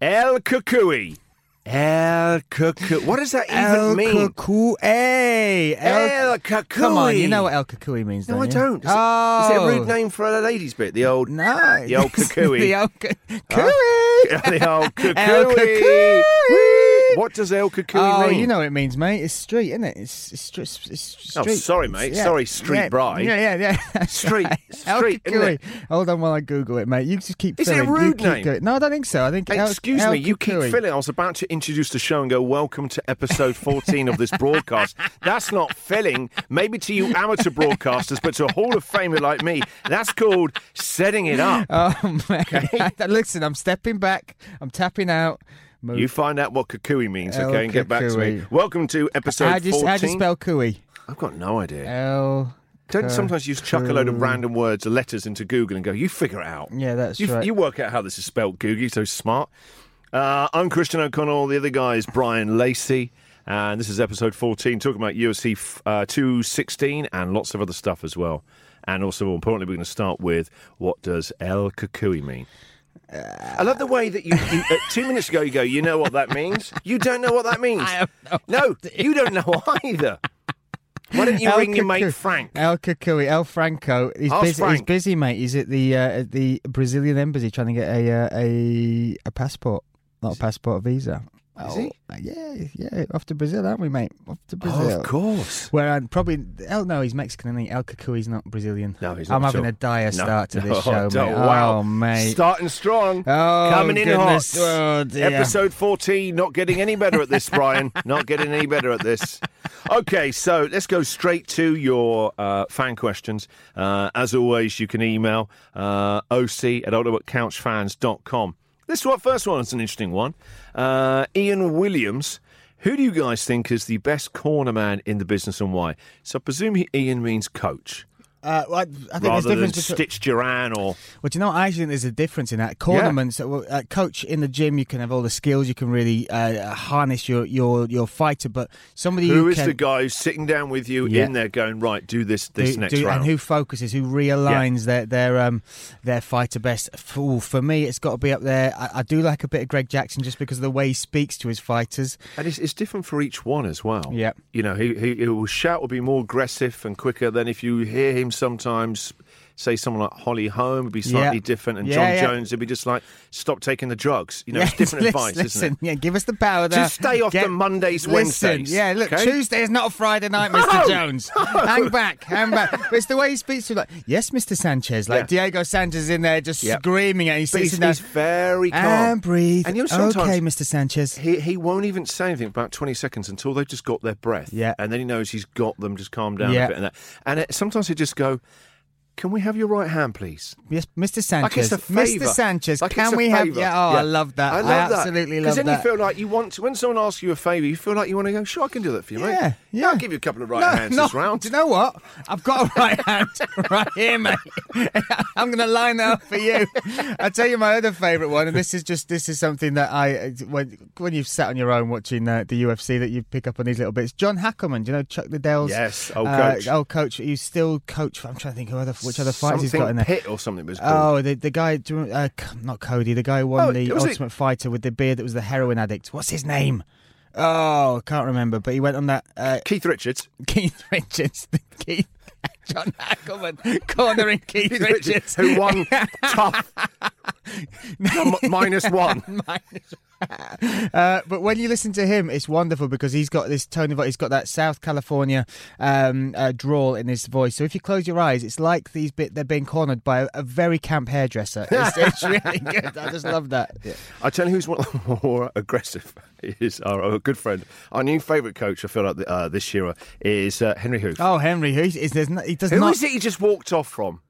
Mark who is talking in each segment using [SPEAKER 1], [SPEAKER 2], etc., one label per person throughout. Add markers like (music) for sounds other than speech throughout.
[SPEAKER 1] El Kukui. El Kukui. What does that even
[SPEAKER 2] El
[SPEAKER 1] mean?
[SPEAKER 2] Cucu- hey,
[SPEAKER 1] El Kukui.
[SPEAKER 2] Come on, you know what El Kukui means,
[SPEAKER 1] No,
[SPEAKER 2] don't
[SPEAKER 1] I
[SPEAKER 2] you?
[SPEAKER 1] don't. Is,
[SPEAKER 2] oh.
[SPEAKER 1] it, is it a rude name for a ladies' bit? The old
[SPEAKER 2] No.
[SPEAKER 1] The old
[SPEAKER 2] (laughs)
[SPEAKER 1] Kukui.
[SPEAKER 2] the old cu-
[SPEAKER 1] Huh?
[SPEAKER 2] Kukui.
[SPEAKER 1] (laughs) the old
[SPEAKER 2] (laughs) El
[SPEAKER 1] Kukui.
[SPEAKER 2] Kukui.
[SPEAKER 1] What does El Kukui
[SPEAKER 2] oh,
[SPEAKER 1] mean?
[SPEAKER 2] you know what it means, mate. It's street, isn't it? It's, it's, str- it's, it's
[SPEAKER 1] Oh,
[SPEAKER 2] street.
[SPEAKER 1] sorry, mate.
[SPEAKER 2] Yeah.
[SPEAKER 1] Sorry, street
[SPEAKER 2] yeah.
[SPEAKER 1] bride.
[SPEAKER 2] Yeah, yeah, (laughs) yeah.
[SPEAKER 1] Street-
[SPEAKER 2] El
[SPEAKER 1] street, isn't
[SPEAKER 2] Kukui.
[SPEAKER 1] it?
[SPEAKER 2] Hold on while I Google it, mate. You just keep
[SPEAKER 1] Is it a
[SPEAKER 2] filling. you
[SPEAKER 1] rude
[SPEAKER 2] keep
[SPEAKER 1] name?
[SPEAKER 2] Going. No, I don't think so. I think El-
[SPEAKER 1] Excuse
[SPEAKER 2] El
[SPEAKER 1] me, you keep
[SPEAKER 2] Kukui.
[SPEAKER 1] filling. I was about to introduce the show and go, Welcome to episode 14 of this broadcast. That's not filling, maybe to you amateur broadcasters, but to a Hall of Famer like me, that's called setting it up.
[SPEAKER 2] Oh, (laughs) man. Listen, I'm stepping back. I'm tapping out. Move.
[SPEAKER 1] You find out what Kukui means,
[SPEAKER 2] El
[SPEAKER 1] okay, and get back to me.
[SPEAKER 2] Kukui.
[SPEAKER 1] Welcome to episode
[SPEAKER 2] how do you,
[SPEAKER 1] 14.
[SPEAKER 2] how do you spell Cooey?
[SPEAKER 1] I've got no idea.
[SPEAKER 2] L.
[SPEAKER 1] Don't you sometimes you just chuck a load of random words or letters into Google and go, you figure it out.
[SPEAKER 2] Yeah, that's
[SPEAKER 1] you,
[SPEAKER 2] right.
[SPEAKER 1] You work out how this is spelt, Googie, so smart. Uh, I'm Christian O'Connell. The other guy is Brian Lacey. And this is episode 14, talking about UFC f- uh, 216 and lots of other stuff as well. And also, more importantly, we're going to start with what does El Kukui mean? I love the way that you, you uh, two minutes ago, you go, you know what that means? You don't know what that means.
[SPEAKER 2] (laughs)
[SPEAKER 1] no, you don't know either. Why don't you
[SPEAKER 2] El
[SPEAKER 1] ring your mate
[SPEAKER 2] Cucu-
[SPEAKER 1] Frank?
[SPEAKER 2] El Cucuy, El Franco. He's
[SPEAKER 1] Ask
[SPEAKER 2] busy. He's
[SPEAKER 1] Frank.
[SPEAKER 2] busy, mate. He's at the uh, at the Brazilian embassy trying to get a uh, a a passport, not a passport, a visa.
[SPEAKER 1] Is he?
[SPEAKER 2] Oh, Yeah, yeah. Off to Brazil, aren't we, mate? Off to
[SPEAKER 1] Oh,
[SPEAKER 2] Brazil.
[SPEAKER 1] of course.
[SPEAKER 2] Where I'm probably. Oh no, he's Mexican, isn't he? El Cucui's not Brazilian.
[SPEAKER 1] No, he's not.
[SPEAKER 2] I'm
[SPEAKER 1] at
[SPEAKER 2] having
[SPEAKER 1] all.
[SPEAKER 2] a dire
[SPEAKER 1] No,
[SPEAKER 2] start
[SPEAKER 1] (laughs)
[SPEAKER 2] to
[SPEAKER 1] no,
[SPEAKER 2] this show, mate.
[SPEAKER 1] don't. Wow.
[SPEAKER 2] Oh, mate.
[SPEAKER 1] Starting strong.
[SPEAKER 2] Oh,
[SPEAKER 1] Coming in
[SPEAKER 2] goodness.
[SPEAKER 1] hot.
[SPEAKER 2] Oh, dear.
[SPEAKER 1] Episode 14. Not getting any better at
[SPEAKER 2] (laughs)
[SPEAKER 1] this, Brian. not getting any better at this. Okay, so let's go straight to your uh, fan questions. Uh, as always, you can email uh, oc at ultimatecouchfans.com. This one, first one is an interesting one. Uh, Ian Williams. Who do you guys think is the best corner man in the business and why? So I presume he, Ian means coach
[SPEAKER 2] Uh, well, I think there's
[SPEAKER 1] rather than
[SPEAKER 2] difference between.
[SPEAKER 1] Stitch Duran or
[SPEAKER 2] Well, do you know, what? I actually think there's a difference in that.
[SPEAKER 1] Yeah.
[SPEAKER 2] Cornerman, so, well, uh, coach in the gym, you can have all the skills, you can really uh, harness your, your, your fighter, but somebody
[SPEAKER 1] Who is
[SPEAKER 2] can,
[SPEAKER 1] the guy who's sitting down with you
[SPEAKER 2] Yeah.
[SPEAKER 1] in there going, right, do this, this
[SPEAKER 2] do-
[SPEAKER 1] next
[SPEAKER 2] do-
[SPEAKER 1] round?
[SPEAKER 2] and who focuses, who realigns their their um their fighter best. F- ooh, for me, it's got to be up there. I, I do like a bit of Greg Jackson just because of the way he speaks to his fighters.
[SPEAKER 1] and it's, it's different for each one as well.
[SPEAKER 2] Yeah.
[SPEAKER 1] You know, he, he, he will shout, will be more aggressive and quicker than if you hear him sometimes say someone like Holly Holm would be slightly
[SPEAKER 2] Yeah.
[SPEAKER 1] different and
[SPEAKER 2] Yeah,
[SPEAKER 1] John
[SPEAKER 2] yeah.
[SPEAKER 1] Jones would be just like, stop taking the drugs.
[SPEAKER 2] (laughs)
[SPEAKER 1] You know, it's
[SPEAKER 2] Yeah,
[SPEAKER 1] different
[SPEAKER 2] listen,
[SPEAKER 1] advice, isn't
[SPEAKER 2] listen,
[SPEAKER 1] it?
[SPEAKER 2] Yeah, give us the power there.
[SPEAKER 1] Just stay off the Mondays,
[SPEAKER 2] listen,
[SPEAKER 1] Wednesdays,
[SPEAKER 2] Yeah, look,
[SPEAKER 1] okay?
[SPEAKER 2] Tuesday is not a Friday night, Mr.
[SPEAKER 1] (laughs)
[SPEAKER 2] Jones. Hang back, hang back. But it's the way he speaks to you, like, yes, Mr. Sanchez. Like Diego Sanchez in there just
[SPEAKER 1] Yep.
[SPEAKER 2] screaming at you,
[SPEAKER 1] But
[SPEAKER 2] sitting
[SPEAKER 1] he's,
[SPEAKER 2] there.
[SPEAKER 1] he's very calm.
[SPEAKER 2] And breathe.
[SPEAKER 1] And you know, sometimes
[SPEAKER 2] okay, Mr. Sanchez.
[SPEAKER 1] He, he won't even say anything for about 20 seconds until they've just got their breath.
[SPEAKER 2] Yeah.
[SPEAKER 1] And then he knows he's got them, just calm down
[SPEAKER 2] Yeah.
[SPEAKER 1] a bit. And, that. and it, sometimes they just go, Can we have your right hand, please?
[SPEAKER 2] Yes, Mr.
[SPEAKER 1] Like
[SPEAKER 2] Sanchez.
[SPEAKER 1] it's a favour.
[SPEAKER 2] Mr. Sanchez,
[SPEAKER 1] Like
[SPEAKER 2] can
[SPEAKER 1] it's a
[SPEAKER 2] we have?
[SPEAKER 1] favour.
[SPEAKER 2] Yeah, oh, I love that. I, absolutely love
[SPEAKER 1] Because then
[SPEAKER 2] that.
[SPEAKER 1] you feel like you want to, when someone asks you a favour, you feel like you want to go, Sure, I can do that for you, mate.
[SPEAKER 2] Yeah, yeah.
[SPEAKER 1] I'll give you a couple of right
[SPEAKER 2] No,
[SPEAKER 1] hands
[SPEAKER 2] no,
[SPEAKER 1] this round.
[SPEAKER 2] Do you know what? I've got a right hand (laughs) right here, mate. (laughs) I'm going to line that up for you. I'll tell you my other favourite one, and this is just this is something that I when when you've sat on your own watching uh, the UFC that you pick up on these little bits. John Hackerman, do you know Chuck Liddell's? uh,
[SPEAKER 1] Yes, old coach.
[SPEAKER 2] old coach. He's still coach. I'm trying to think who other which other fighters he's
[SPEAKER 1] Something
[SPEAKER 2] got in there.
[SPEAKER 1] Pitt or something was called.
[SPEAKER 2] Oh, the the guy, do you remember- uh, C- not Cody, the guy who won
[SPEAKER 1] Oh,
[SPEAKER 2] the
[SPEAKER 1] was it-
[SPEAKER 2] Ultimate Fighter with the beard that was the heroin addict. What's his name? Oh, can't remember. But he went on that uh,
[SPEAKER 1] Keith Richards.
[SPEAKER 2] Keith Richards. (laughs) Keith. John Ackerman cornering Keith Richards.
[SPEAKER 1] who
[SPEAKER 2] (laughs)
[SPEAKER 1] won tough (laughs) M- minus one.
[SPEAKER 2] Uh, but when you listen to him, it's wonderful because he's got this tone of voice. He's got that South California um, uh, drawl in his voice. So if you close your eyes, it's like these bit they're being cornered by a, a very camp
[SPEAKER 1] (laughs)
[SPEAKER 2] hairdresser. It's, it's really good. I just love that.
[SPEAKER 1] I tell you who's one of the (laughs) more aggressive is our, our good friend, our new favourite coach. I feel like uh, this year is uh, Henry Hoof.
[SPEAKER 2] Oh, Henry, who is there's no, he does
[SPEAKER 1] Who
[SPEAKER 2] not.
[SPEAKER 1] was it he just walked off from?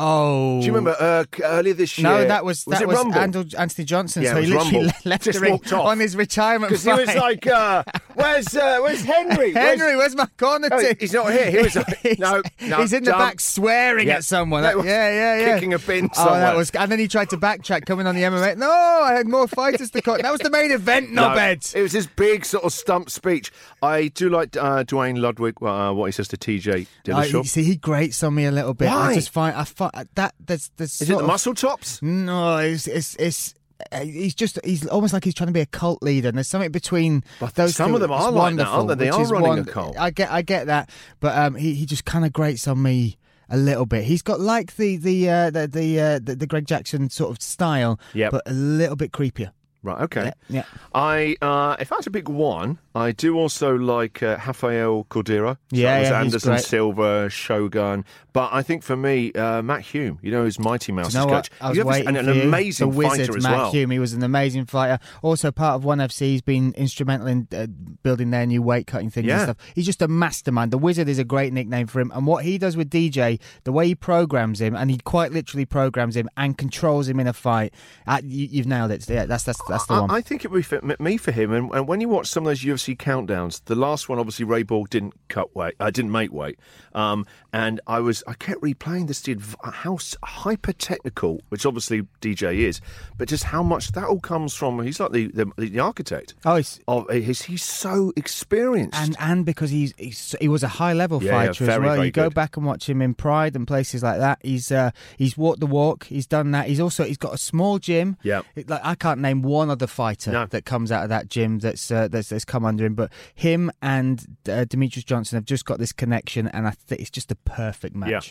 [SPEAKER 2] Oh,
[SPEAKER 1] Do you remember uh, c- earlier this year?
[SPEAKER 2] No, that was,
[SPEAKER 1] was
[SPEAKER 2] that
[SPEAKER 1] it
[SPEAKER 2] was
[SPEAKER 1] Rumble?
[SPEAKER 2] Andel- Anthony Johnson.
[SPEAKER 1] Yeah,
[SPEAKER 2] so
[SPEAKER 1] it
[SPEAKER 2] he
[SPEAKER 1] was
[SPEAKER 2] literally
[SPEAKER 1] Rumble.
[SPEAKER 2] (laughs) left
[SPEAKER 1] Just
[SPEAKER 2] the ring
[SPEAKER 1] walked off.
[SPEAKER 2] on his
[SPEAKER 1] (laughs)
[SPEAKER 2] retirement.
[SPEAKER 1] Because he was
[SPEAKER 2] flight.
[SPEAKER 1] like, uh, "Where's uh, Where's Henry?
[SPEAKER 2] (laughs)
[SPEAKER 1] Where's-
[SPEAKER 2] Henry, where's my corner
[SPEAKER 1] Oh,
[SPEAKER 2] tip?
[SPEAKER 1] he's not here. He was
[SPEAKER 2] (laughs)
[SPEAKER 1] like,
[SPEAKER 2] He's-
[SPEAKER 1] no, no,
[SPEAKER 2] he's in the
[SPEAKER 1] dumb.
[SPEAKER 2] back swearing
[SPEAKER 1] Yeah.
[SPEAKER 2] at someone.
[SPEAKER 1] That
[SPEAKER 2] Yeah,
[SPEAKER 1] was
[SPEAKER 2] yeah, yeah.
[SPEAKER 1] kicking a bin
[SPEAKER 2] Oh,
[SPEAKER 1] somewhere.
[SPEAKER 2] that was. And then he tried to backtrack, coming on the MMA. No, I had more fighters to cut. That was the main event,
[SPEAKER 1] (laughs) No,
[SPEAKER 2] no bed.
[SPEAKER 1] It was his big sort of stump speech. I do like uh, Dwayne Ludwig, uh, what he says to TJ Dillashaw.
[SPEAKER 2] Uh, you see, he grates on me a little bit.
[SPEAKER 1] Why?
[SPEAKER 2] I just find I find that there's there's
[SPEAKER 1] is it
[SPEAKER 2] sort
[SPEAKER 1] the
[SPEAKER 2] of-
[SPEAKER 1] muscle tops?
[SPEAKER 2] No, it's it's it's. uh, He's just, he's almost like he's trying to be a cult leader. And there's something between
[SPEAKER 1] But
[SPEAKER 2] those
[SPEAKER 1] some
[SPEAKER 2] two.
[SPEAKER 1] of them
[SPEAKER 2] It's
[SPEAKER 1] are like that,
[SPEAKER 2] wonderful,
[SPEAKER 1] aren't they? They
[SPEAKER 2] which
[SPEAKER 1] are
[SPEAKER 2] is
[SPEAKER 1] running
[SPEAKER 2] one-
[SPEAKER 1] a cult.
[SPEAKER 2] I get, I get that. But um, he, he just kind of grates on me a little bit. He's got like the, the, uh, the, the, uh, the, the Greg Jackson sort of style,
[SPEAKER 1] Yep.
[SPEAKER 2] but a little bit creepier.
[SPEAKER 1] Right, okay.
[SPEAKER 2] Yeah, yeah.
[SPEAKER 1] I, uh, if I had to pick one, I do also like uh, Rafael Cordero. So
[SPEAKER 2] Yeah,
[SPEAKER 1] that was
[SPEAKER 2] yeah, he's
[SPEAKER 1] Anderson
[SPEAKER 2] great.
[SPEAKER 1] Silva, Shogun. But I think for me, uh, Matt Hume, you know, who's Mighty Mouse's
[SPEAKER 2] Do you know
[SPEAKER 1] coach.
[SPEAKER 2] what? I was
[SPEAKER 1] You have this-
[SPEAKER 2] waiting
[SPEAKER 1] and an
[SPEAKER 2] for you.
[SPEAKER 1] amazing
[SPEAKER 2] the wizard,
[SPEAKER 1] fighter as
[SPEAKER 2] Matt
[SPEAKER 1] well.
[SPEAKER 2] Hume, he was an amazing fighter. Also part of One FC. He's been instrumental in uh, building their new weight cutting things
[SPEAKER 1] Yeah.
[SPEAKER 2] and stuff. He's just a mastermind. The wizard is a great nickname for him. And what he does with DJ, the way he programs him, and he quite literally programs him and controls him in a fight. Uh, you, you've nailed it. Yeah, that's that's that's the one.
[SPEAKER 1] I, I think it would be fit, me for him. And, and when you watch some of those UFC countdowns, the last one obviously Ray Borg didn't cut weight, uh, didn't make weight. Um, and I was I kept replaying this the adv- how s- hyper technical, which obviously DJ is, but just how much that all comes from. He's like the the, the architect.
[SPEAKER 2] Oh, it's-
[SPEAKER 1] of uh, he's, he's so experienced.
[SPEAKER 2] and and because he's, he's he was a high level
[SPEAKER 1] Yeah, yeah,
[SPEAKER 2] fighter as
[SPEAKER 1] very,
[SPEAKER 2] well.
[SPEAKER 1] very
[SPEAKER 2] You go
[SPEAKER 1] good.
[SPEAKER 2] back and watch him in Pride and places like that. He's uh, he's walked the walk. He's done that. He's also he's got a small gym.
[SPEAKER 1] Yep.
[SPEAKER 2] It- like I can't name one other fighter
[SPEAKER 1] No.
[SPEAKER 2] that comes out of that gym that's uh, that's, that's come under him. But him and uh, Demetrius Johnson have just got this connection, and I think it's just a perfect match.
[SPEAKER 1] Yeah.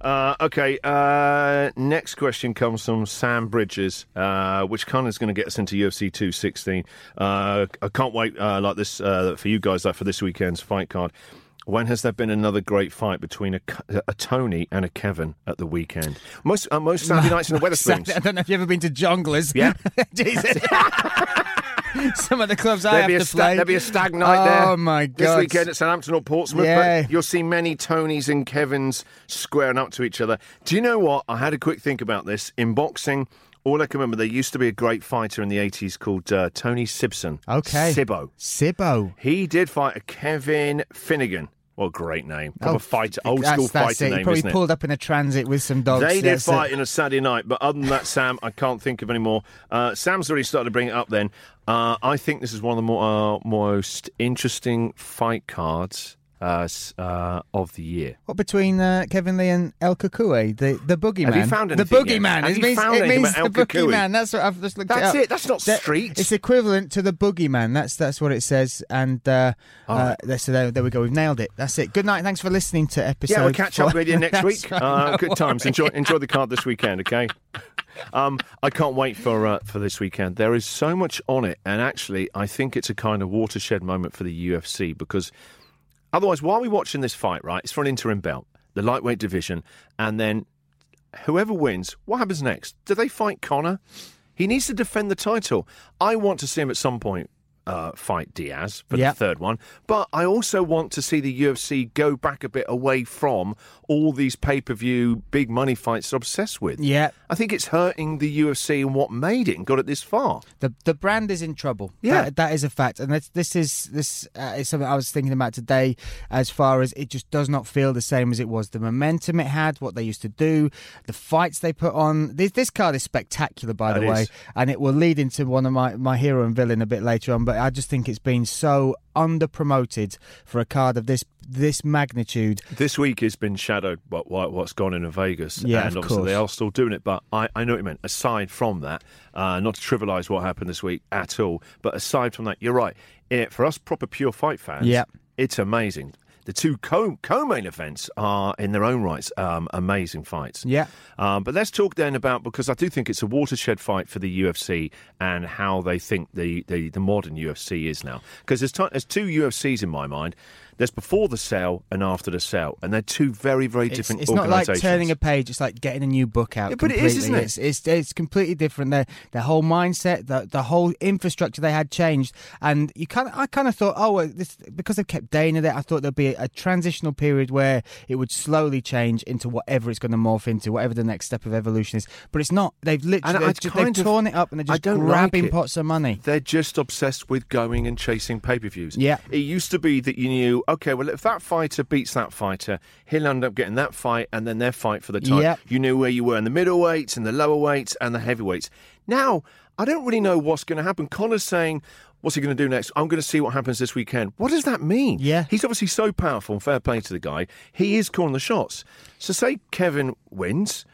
[SPEAKER 1] Uh, okay. Uh, next question comes from Sam Bridges, uh, which kind of is going to get us into UFC 216. Uh, I can't wait uh, like this uh, for you guys, like for this weekend's fight card. When has there been another great fight between a, K- a Tony and a Kevin at the weekend? Most uh, most Saturday nights in
[SPEAKER 2] (laughs)
[SPEAKER 1] the Weatherspoons.
[SPEAKER 2] I don't know if you've ever been to Jonglers.
[SPEAKER 1] Yeah.
[SPEAKER 2] (laughs)
[SPEAKER 1] (laughs)
[SPEAKER 2] Jesus. Some of the clubs I
[SPEAKER 1] There'd
[SPEAKER 2] have
[SPEAKER 1] be, a
[SPEAKER 2] to
[SPEAKER 1] sta-
[SPEAKER 2] play.
[SPEAKER 1] there'd be a stag night there.
[SPEAKER 2] Oh my god!
[SPEAKER 1] This weekend at Southampton or Portsmouth,
[SPEAKER 2] Yeah.
[SPEAKER 1] but you'll see many Tonys and Kevins squaring up to each other. Do you know what? I had a quick think about this in boxing. All I can remember, there used to be a great fighter in the eighties called uh, Tony Sibson.
[SPEAKER 2] Okay.
[SPEAKER 1] Sibbo.
[SPEAKER 2] Sibbo.
[SPEAKER 1] He did fight a Kevin Finnegan. What a great name! Proper
[SPEAKER 2] Oh,
[SPEAKER 1] fighter, old
[SPEAKER 2] that's-
[SPEAKER 1] school
[SPEAKER 2] that's
[SPEAKER 1] fighter
[SPEAKER 2] it. He
[SPEAKER 1] name,
[SPEAKER 2] probably
[SPEAKER 1] isn't it?
[SPEAKER 2] pulled up in a transit with some dogs.
[SPEAKER 1] They did
[SPEAKER 2] That's it.
[SPEAKER 1] fight in a Saturday night, but other than that, Sam, I can't think of any more. Uh, Sam's already started to bring it up. Then uh, I think this is one of the more, uh, most interesting fight cards uh, s- uh, of the year.
[SPEAKER 2] What between uh, Kevin Lee and El Cucuy, the the boogeyman?
[SPEAKER 1] you found
[SPEAKER 2] the
[SPEAKER 1] anything yet?
[SPEAKER 2] boogeyman?
[SPEAKER 1] Have
[SPEAKER 2] It
[SPEAKER 1] you
[SPEAKER 2] means,
[SPEAKER 1] found
[SPEAKER 2] it
[SPEAKER 1] anything
[SPEAKER 2] means
[SPEAKER 1] about
[SPEAKER 2] the
[SPEAKER 1] El Cucuy?
[SPEAKER 2] boogeyman. That's what I've just looked
[SPEAKER 1] That's
[SPEAKER 2] up.
[SPEAKER 1] it. That's not
[SPEAKER 2] That-
[SPEAKER 1] street.
[SPEAKER 2] It's equivalent to the boogeyman. That's that's what it says. And uh, uh, there- so there, there we go. We've nailed it. That's it. Good night. Thanks for listening to episode.
[SPEAKER 1] yeah, we'll catch up
[SPEAKER 2] four. (laughs)
[SPEAKER 1] with you next
[SPEAKER 2] That's
[SPEAKER 1] week.
[SPEAKER 2] right.
[SPEAKER 1] Uh,
[SPEAKER 2] No (laughs)
[SPEAKER 1] good times.
[SPEAKER 2] worries.
[SPEAKER 1] Enjoy enjoy the card this weekend, okay? Um, I can't wait for uh, for this weekend. There is so much on it, and actually, I think it's a kind of watershed moment for the UFC because otherwise, why are we watching this fight? Right, it's for an interim belt, the lightweight division, and then whoever wins, what happens next? Do they fight Connor? He needs to defend the title. I want to see him at some point uh, fight Diaz for
[SPEAKER 2] Yeah.
[SPEAKER 1] the third one, but I also want to see the UFC go back a bit away from all these pay per view big money fights they're obsessed with.
[SPEAKER 2] Yeah.
[SPEAKER 1] I think it's hurting the UFC and what made it and got it this far.
[SPEAKER 2] The the brand is in trouble.
[SPEAKER 1] Yeah.
[SPEAKER 2] that, that is a fact, and that's, this is this uh, is something I was thinking about today. As far as it just does not feel the same as it was. The momentum it had, what they used to do, the fights they put on. This this card is spectacular, by the
[SPEAKER 1] It
[SPEAKER 2] way,
[SPEAKER 1] is.
[SPEAKER 2] and it will lead into one of my my hero and villain a bit later on. But I just think it's been so under promoted for a card of this this magnitude.
[SPEAKER 1] This week has been shadowed by by what's gone in in Vegas,
[SPEAKER 2] Yeah,
[SPEAKER 1] and
[SPEAKER 2] of
[SPEAKER 1] obviously
[SPEAKER 2] course.
[SPEAKER 1] they are still doing it. But I, I know what you meant. Aside from that, uh, not to trivialise what happened this week Eh, at all, but aside from that, you're right. It, for us proper pure fight fans,
[SPEAKER 2] Yeah.
[SPEAKER 1] it's amazing. The two co main events are, in their own rights, um, amazing fights.
[SPEAKER 2] Yeah.
[SPEAKER 1] Um, but let's talk then about because I do think it's a watershed fight for the UFC and how they think the, the, the modern UFC is now. Because there's, ti- there's two UFCs in my mind. There's before the sale and after the sale, and they're two very very
[SPEAKER 2] It's,
[SPEAKER 1] different.
[SPEAKER 2] it's not like
[SPEAKER 1] organisations.
[SPEAKER 2] turning a page. It's like getting a new book out.
[SPEAKER 1] Yeah, but it is,
[SPEAKER 2] completely.
[SPEAKER 1] isn't it?
[SPEAKER 2] It's, it's, it's completely different. Their their whole mindset, the, the whole infrastructure they had changed, and you kind of, I kind of thought, oh, well, this because they kept Dana there. I thought there'd be a, transitional period where it would slowly change into whatever it's going to morph into, whatever the next step of evolution is. But it's not. They've literally
[SPEAKER 1] And I
[SPEAKER 2] they've, just,
[SPEAKER 1] kind
[SPEAKER 2] they've
[SPEAKER 1] of-
[SPEAKER 2] torn it up and they're
[SPEAKER 1] I
[SPEAKER 2] just
[SPEAKER 1] don't like
[SPEAKER 2] grabbing
[SPEAKER 1] it.
[SPEAKER 2] pots of money.
[SPEAKER 1] They're just obsessed with going and chasing pay per views.
[SPEAKER 2] Yeah.
[SPEAKER 1] It used to be that you knew, okay, well, if that fighter beats that fighter, he'll end up getting that fight and then their fight for the title.
[SPEAKER 2] Yeah.
[SPEAKER 1] You knew where you were in the middleweights and the lower weights and the heavyweights. Now, I don't really know what's going to happen. Connor's saying, what's he going to do next? I'm going to see what happens this weekend. What does that mean?
[SPEAKER 2] Yeah.
[SPEAKER 1] He's obviously so powerful, and fair play to the guy. He is calling the shots. So, say Kevin wins.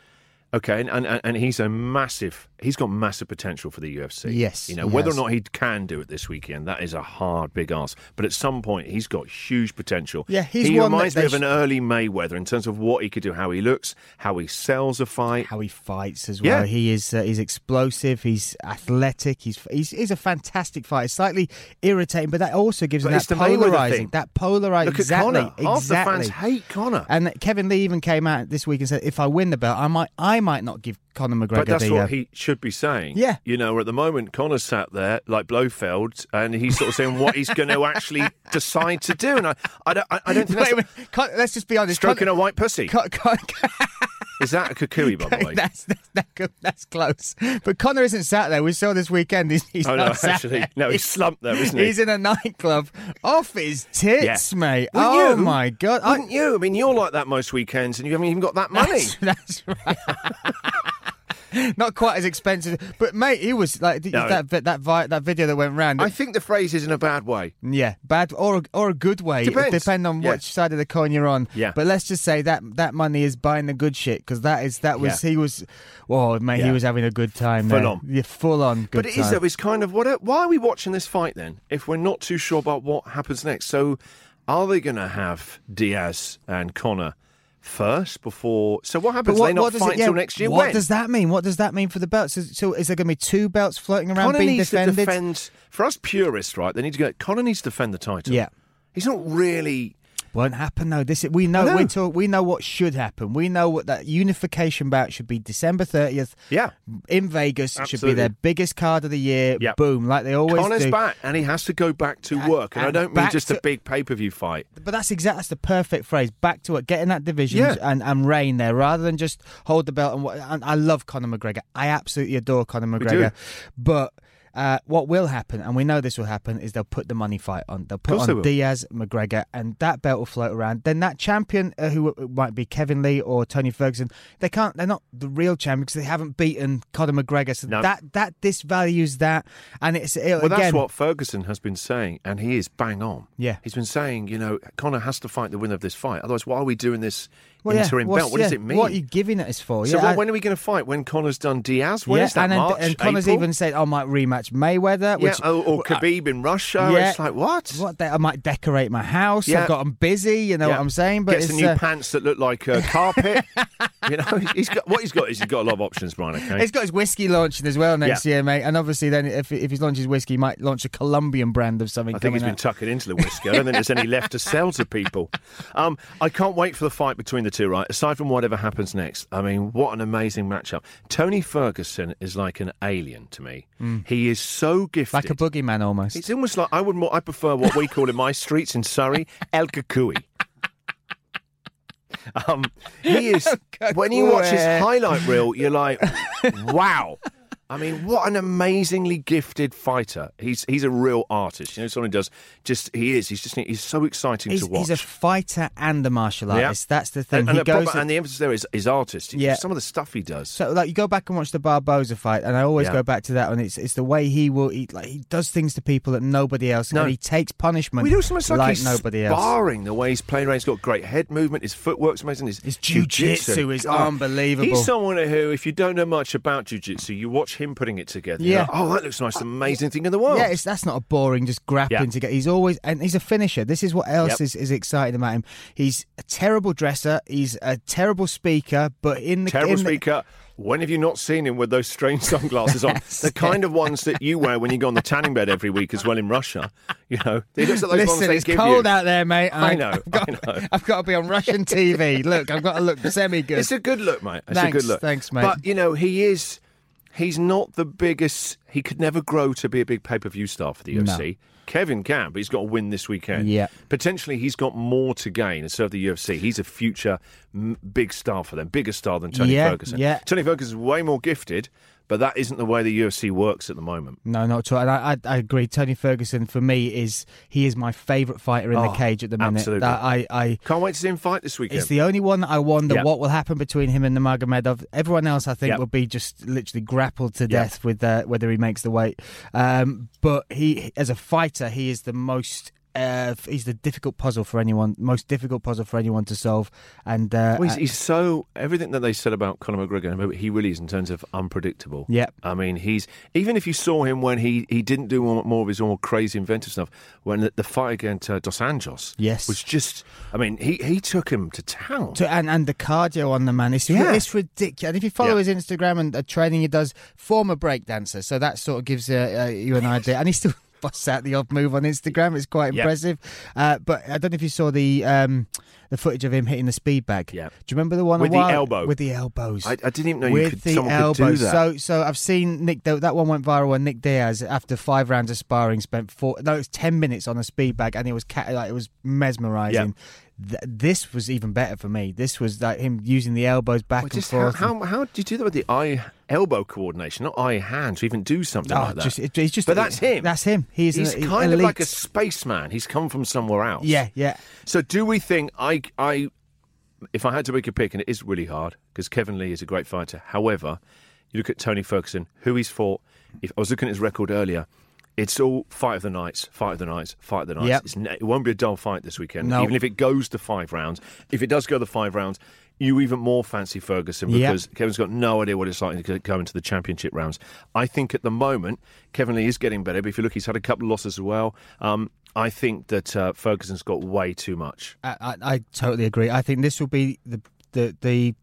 [SPEAKER 1] Okay, and, and and he's a massive. He's got massive potential for the UFC.
[SPEAKER 2] Yes,
[SPEAKER 1] you know whether
[SPEAKER 2] yes.
[SPEAKER 1] or not he can do it this weekend. That is a hard, big ask. But at some point, he's got huge potential.
[SPEAKER 2] Yeah, he's
[SPEAKER 1] he
[SPEAKER 2] one that
[SPEAKER 1] reminds
[SPEAKER 2] they
[SPEAKER 1] me of an
[SPEAKER 2] sh-
[SPEAKER 1] early Mayweather in terms of what he could do, how he looks, how he sells a fight.
[SPEAKER 2] how he fights as well.
[SPEAKER 1] Yeah.
[SPEAKER 2] He is uh, he's explosive. He's athletic. He's, he's he's a fantastic fighter. Slightly irritating, but that also gives
[SPEAKER 1] But
[SPEAKER 2] him
[SPEAKER 1] it's
[SPEAKER 2] that
[SPEAKER 1] the Mayweather
[SPEAKER 2] polarizing.
[SPEAKER 1] thing.
[SPEAKER 2] That polarizing.
[SPEAKER 1] Look at
[SPEAKER 2] exactly.
[SPEAKER 1] Conor. Half the
[SPEAKER 2] Exactly.
[SPEAKER 1] fans hate Conor.
[SPEAKER 2] And Kevin Lee even came out this week and said, "If I win the belt, I might I might not give Conor McGregor
[SPEAKER 1] But that's
[SPEAKER 2] the." uh,
[SPEAKER 1] what he should be saying.
[SPEAKER 2] Yeah.
[SPEAKER 1] You know, at the moment, Connor sat there like Blofeld, and he's sort of saying what he's
[SPEAKER 2] (laughs)
[SPEAKER 1] going to actually decide to do. And I, I don't, I, I don't think
[SPEAKER 2] Wait,
[SPEAKER 1] that's
[SPEAKER 2] wait, Con- let's just be honest.
[SPEAKER 1] stroking
[SPEAKER 2] Conor-
[SPEAKER 1] a white pussy.
[SPEAKER 2] Con- (laughs) Con-
[SPEAKER 1] Is that a kukui,
[SPEAKER 2] (laughs)
[SPEAKER 1] by the way?
[SPEAKER 2] that's, that's, that's close. But Connor isn't sat there. We saw this weekend. He's, he's
[SPEAKER 1] Oh, no,
[SPEAKER 2] not sat
[SPEAKER 1] actually.
[SPEAKER 2] there.
[SPEAKER 1] No, he's slumped there, isn't he?
[SPEAKER 2] He's in a nightclub off his tits,
[SPEAKER 1] Yeah.
[SPEAKER 2] mate.
[SPEAKER 1] Well,
[SPEAKER 2] oh,
[SPEAKER 1] you-
[SPEAKER 2] my God. I-
[SPEAKER 1] Wouldn't you? I mean, you're like that most weekends, and you haven't even got that money.
[SPEAKER 2] That's, (laughs) that's right. (laughs) Not quite as expensive, but mate, he was like th-
[SPEAKER 1] No.
[SPEAKER 2] that vi- that vi- that video that went round.
[SPEAKER 1] I think the phrase is in a bad way.
[SPEAKER 2] yeah, bad or a- or a good way,
[SPEAKER 1] Depends.
[SPEAKER 2] depend on
[SPEAKER 1] Yeah.
[SPEAKER 2] which side of the coin you're on.
[SPEAKER 1] Yeah.
[SPEAKER 2] but let's just say that that money is buying the good shit because that is that was
[SPEAKER 1] Yeah.
[SPEAKER 2] he was, oh mate, he
[SPEAKER 1] Yeah.
[SPEAKER 2] was having a good time.
[SPEAKER 1] Full
[SPEAKER 2] there.
[SPEAKER 1] on.
[SPEAKER 2] yeah, full on. Good
[SPEAKER 1] but it is
[SPEAKER 2] time.
[SPEAKER 1] though. It's kind of what? Why are we watching this fight then? If we're not too sure about what happens next, so are they going to have Diaz and Connor first before? So what happens? they not
[SPEAKER 2] does
[SPEAKER 1] fight
[SPEAKER 2] it- yeah,
[SPEAKER 1] until next year.
[SPEAKER 2] What
[SPEAKER 1] when?
[SPEAKER 2] does that mean? What does that mean for the belts? So, so is there going to be two belts floating around
[SPEAKER 1] Connor
[SPEAKER 2] being
[SPEAKER 1] needs
[SPEAKER 2] defended?
[SPEAKER 1] to defend. For us purists, right? They need to go. Connor needs to defend the title.
[SPEAKER 2] Yeah.
[SPEAKER 1] he's not really.
[SPEAKER 2] Won't happen though. This is, we know,
[SPEAKER 1] know.
[SPEAKER 2] we talk, we know what should happen. We know what that unification bout should be December thirtieth.
[SPEAKER 1] Yeah.
[SPEAKER 2] in Vegas it should be
[SPEAKER 1] Absolutely.
[SPEAKER 2] their biggest card of the year.
[SPEAKER 1] Yeah.
[SPEAKER 2] Boom, like they always
[SPEAKER 1] Connor's
[SPEAKER 2] do.
[SPEAKER 1] back, and he has to go back to
[SPEAKER 2] And-
[SPEAKER 1] work. And,
[SPEAKER 2] and
[SPEAKER 1] I don't mean
[SPEAKER 2] back
[SPEAKER 1] just
[SPEAKER 2] to-
[SPEAKER 1] a big pay per view fight.
[SPEAKER 2] But that's exact. That's the perfect phrase. Back to it. Get in that division
[SPEAKER 1] Yeah.
[SPEAKER 2] and, and reign there, rather than just hold the belt. And, wa- and I love Conor McGregor. I absolutely adore Conor
[SPEAKER 1] do.
[SPEAKER 2] McGregor. But uh, what will happen, and we know this will happen, is they'll put the money fight on. They'll put
[SPEAKER 1] course they
[SPEAKER 2] on
[SPEAKER 1] will.
[SPEAKER 2] Diaz, McGregor, and that belt will float around. Then that champion, uh, who it might be Kevin Lee or Tony Ferguson, they can't. They're not the real champion because they haven't beaten Conor McGregor. So
[SPEAKER 1] No.
[SPEAKER 2] that that disvalues that, and it's it,
[SPEAKER 1] Well,
[SPEAKER 2] again.
[SPEAKER 1] that's what Ferguson has been saying, and he is bang on.
[SPEAKER 2] Yeah.
[SPEAKER 1] he's been saying, you know, Connor has to fight the winner of this fight. Otherwise, why are we doing this
[SPEAKER 2] well, yeah,
[SPEAKER 1] interim
[SPEAKER 2] what's-
[SPEAKER 1] belt? What does
[SPEAKER 2] yeah,
[SPEAKER 1] it mean?
[SPEAKER 2] What are you giving it us for?
[SPEAKER 1] so,
[SPEAKER 2] yeah,
[SPEAKER 1] what-
[SPEAKER 2] I-
[SPEAKER 1] when are we going to fight? When Connor's done Diaz? When is that?
[SPEAKER 2] and, then-
[SPEAKER 1] March?
[SPEAKER 2] and Connor's
[SPEAKER 1] April?
[SPEAKER 2] even said, "I might rematch Mayweather,"
[SPEAKER 1] yeah, oh,
[SPEAKER 2] which
[SPEAKER 1] or, or
[SPEAKER 2] uh,
[SPEAKER 1] Khabib in Russia.
[SPEAKER 2] yeah.
[SPEAKER 1] It's like what?
[SPEAKER 2] What they, I might decorate my house.
[SPEAKER 1] Yeah.
[SPEAKER 2] I've got I'm busy. You know
[SPEAKER 1] Yeah.
[SPEAKER 2] what I'm saying? But
[SPEAKER 1] gets
[SPEAKER 2] it's
[SPEAKER 1] the new
[SPEAKER 2] uh,
[SPEAKER 1] pants that look like uh,
[SPEAKER 2] (laughs)
[SPEAKER 1] carpet. you know, he's- he's got what he's got is he's got a lot of options, Brian. Okay,
[SPEAKER 2] he's got his whiskey launching as well next
[SPEAKER 1] Yeah.
[SPEAKER 2] year, mate. And obviously, then if if he launches whiskey, he might launch a Colombian brand of something.
[SPEAKER 1] I think he's
[SPEAKER 2] coming
[SPEAKER 1] been
[SPEAKER 2] out.
[SPEAKER 1] tucking into the whiskey. I don't think there's any left to sell to people. Um, I can't wait for the fight between the two, right? Aside from whatever happens next, I mean, what an amazing matchup. Tony Ferguson is like an alien to me. He is so gifted.
[SPEAKER 2] Mm. like a boogeyman almost.
[SPEAKER 1] It's almost like I would more, I prefer what we call in my streets in Surrey, El Kukui. Um, he is when you watch his
[SPEAKER 2] Kukui.
[SPEAKER 1] highlight reel, you're like, wow. I mean, what an amazingly gifted fighter. He's he's a real artist. You know, someone who does just he is. He's just he's so exciting
[SPEAKER 2] He's,
[SPEAKER 1] to watch.
[SPEAKER 2] he's a fighter and a martial
[SPEAKER 1] Yeah.
[SPEAKER 2] artist. That's the thing.
[SPEAKER 1] And, and,
[SPEAKER 2] he
[SPEAKER 1] the proper-
[SPEAKER 2] goes
[SPEAKER 1] and the emphasis there is is artist.
[SPEAKER 2] Yeah.
[SPEAKER 1] Some of the stuff he does.
[SPEAKER 2] So like you go back and watch the Barboza fight, and I always
[SPEAKER 1] Yeah.
[SPEAKER 2] go back to that, and it's it's the way he will he, like he does things to people that nobody else,
[SPEAKER 1] No.
[SPEAKER 2] and he takes punishment.
[SPEAKER 1] We do so much like,
[SPEAKER 2] like
[SPEAKER 1] he's
[SPEAKER 2] nobody else.
[SPEAKER 1] sparring the way he's playing around. He's got great head movement. His footwork's amazing. His, Oh,
[SPEAKER 2] His jujitsu is
[SPEAKER 1] God.
[SPEAKER 2] unbelievable.
[SPEAKER 1] He's someone who, if you don't know much about jujitsu, you watch him putting it together.
[SPEAKER 2] Yeah.
[SPEAKER 1] Yeah. oh, that looks nice. The amazing thing in the world.
[SPEAKER 2] Yeah, it's, that's not a boring just grappling
[SPEAKER 1] Yeah.
[SPEAKER 2] to get. He's always and he's a finisher. This is what else
[SPEAKER 1] Yep.
[SPEAKER 2] is, is exciting about him. He's a terrible dresser. He's a terrible speaker, but in the
[SPEAKER 1] Terrible
[SPEAKER 2] in the-
[SPEAKER 1] speaker. When have you not seen him with
[SPEAKER 2] (laughs)
[SPEAKER 1] those strange sunglasses on? the kind of ones that you wear when you go on the tanning bed every week as well in Russia. You know, he looks at those ones
[SPEAKER 2] Listen,
[SPEAKER 1] they
[SPEAKER 2] it's
[SPEAKER 1] give
[SPEAKER 2] cold
[SPEAKER 1] you.
[SPEAKER 2] out there, mate.
[SPEAKER 1] I
[SPEAKER 2] I've-
[SPEAKER 1] know,
[SPEAKER 2] I've got,
[SPEAKER 1] I know.
[SPEAKER 2] (laughs) I've got to be on Russian TV. Look, I've got to
[SPEAKER 1] (laughs)
[SPEAKER 2] look semi good.
[SPEAKER 1] It's a good look, mate. It's
[SPEAKER 2] Thanks,
[SPEAKER 1] a good look.
[SPEAKER 2] thanks, mate.
[SPEAKER 1] But you know, he is. He's not the biggest. He could never grow to be a big pay per view star for the UFC. Kevin can, but he's got to win this weekend.
[SPEAKER 2] Yeah.
[SPEAKER 1] Potentially, he's got more to gain and serve the UFC. He's a future m- big star for them, bigger star than Tony
[SPEAKER 2] Yeah,
[SPEAKER 1] Ferguson.
[SPEAKER 2] yeah.
[SPEAKER 1] Tony Ferguson's way more gifted, but that isn't the way the UFC works at the moment.
[SPEAKER 2] No, not at all. And I, I, I agree. Tony Ferguson for me is he is my favourite fighter in the
[SPEAKER 1] Oh,
[SPEAKER 2] cage at the minute.
[SPEAKER 1] absolutely.
[SPEAKER 2] That I, I
[SPEAKER 1] Can't wait to see him fight this weekend.
[SPEAKER 2] it's the only one that I wonder
[SPEAKER 1] Yeah.
[SPEAKER 2] what will happen between him and Magomedov. Everyone else, I think,
[SPEAKER 1] Yeah.
[SPEAKER 2] will be just literally grappled to death with uh, whether he makes the weight. Um, but he, as a fighter, he is the most. Uh, he's the difficult puzzle for anyone, most difficult puzzle for anyone to solve. And uh,
[SPEAKER 1] Well, he's, he's so everything that they said about Conor McGregor, but he really is in terms of unpredictable.
[SPEAKER 2] Yep.
[SPEAKER 1] I mean, he's even if you saw him when he, he didn't do more, more of his all crazy inventive stuff when the, the fight against uh, Dos Anjos,
[SPEAKER 2] Yes.
[SPEAKER 1] was just. I mean, he, he took him to town.
[SPEAKER 2] To, and, and the cardio on the man, it's,
[SPEAKER 1] Yeah.
[SPEAKER 2] it's ridiculous. And if you follow
[SPEAKER 1] Yeah.
[SPEAKER 2] his Instagram and the training he does, former break dancer, so that sort of gives uh, uh, you an idea. And he still (laughs) busts out the odd move on Instagram. It's quite
[SPEAKER 1] Yeah.
[SPEAKER 2] impressive. Uh, but I don't know if you saw the um, the footage of him hitting the speed bag.
[SPEAKER 1] Yeah.
[SPEAKER 2] Do you remember the one a
[SPEAKER 1] With the
[SPEAKER 2] while-
[SPEAKER 1] elbow.
[SPEAKER 2] With the elbows.
[SPEAKER 1] I, I didn't even know you
[SPEAKER 2] With
[SPEAKER 1] could,
[SPEAKER 2] the
[SPEAKER 1] someone
[SPEAKER 2] elbows,
[SPEAKER 1] could do that.
[SPEAKER 2] so Oh, so I've seen Nick. tho- That one went viral when Nick Diaz, after five rounds of sparring, spent four no, it was ten minutes on a speed bag, and it was ca- like it was mesmerizing. Th- this was even better for me. This was like him using the elbows back
[SPEAKER 1] Well,
[SPEAKER 2] and
[SPEAKER 1] just how,
[SPEAKER 2] forth. and-
[SPEAKER 1] how, how do you do that with the eye elbow coordination, not eye hand, to even do something
[SPEAKER 2] Oh,
[SPEAKER 1] like that?
[SPEAKER 2] just- it- it's just-
[SPEAKER 1] but that's him.
[SPEAKER 2] that's him. He is
[SPEAKER 1] he's
[SPEAKER 2] an- he-
[SPEAKER 1] kind of like a
[SPEAKER 2] elite.
[SPEAKER 1] spaceman. He's come from somewhere else.
[SPEAKER 2] yeah, yeah.
[SPEAKER 1] So do we think I I if I had to make a pick, and it is really hard because Kevin Lee is a great fighter. However, you look at Tony Ferguson, who he's fought. If I was looking at his record earlier, it's all fight of the nights, fight of the nights, fight of the nights.
[SPEAKER 2] Yep.
[SPEAKER 1] It's, ne- it won't be a dull fight this weekend,
[SPEAKER 2] No.
[SPEAKER 1] even if it goes to five rounds. If it does go to five rounds, you even more fancy Ferguson
[SPEAKER 2] Yep.
[SPEAKER 1] because Kevin's got no idea what it's like to go into the championship rounds. I think at the moment, Kevin Lee is getting better. But if you look, he's had a couple of losses as well. Um, I think that uh, Ferguson's got way too much.
[SPEAKER 2] I, I, I totally agree. I think this will be the the the.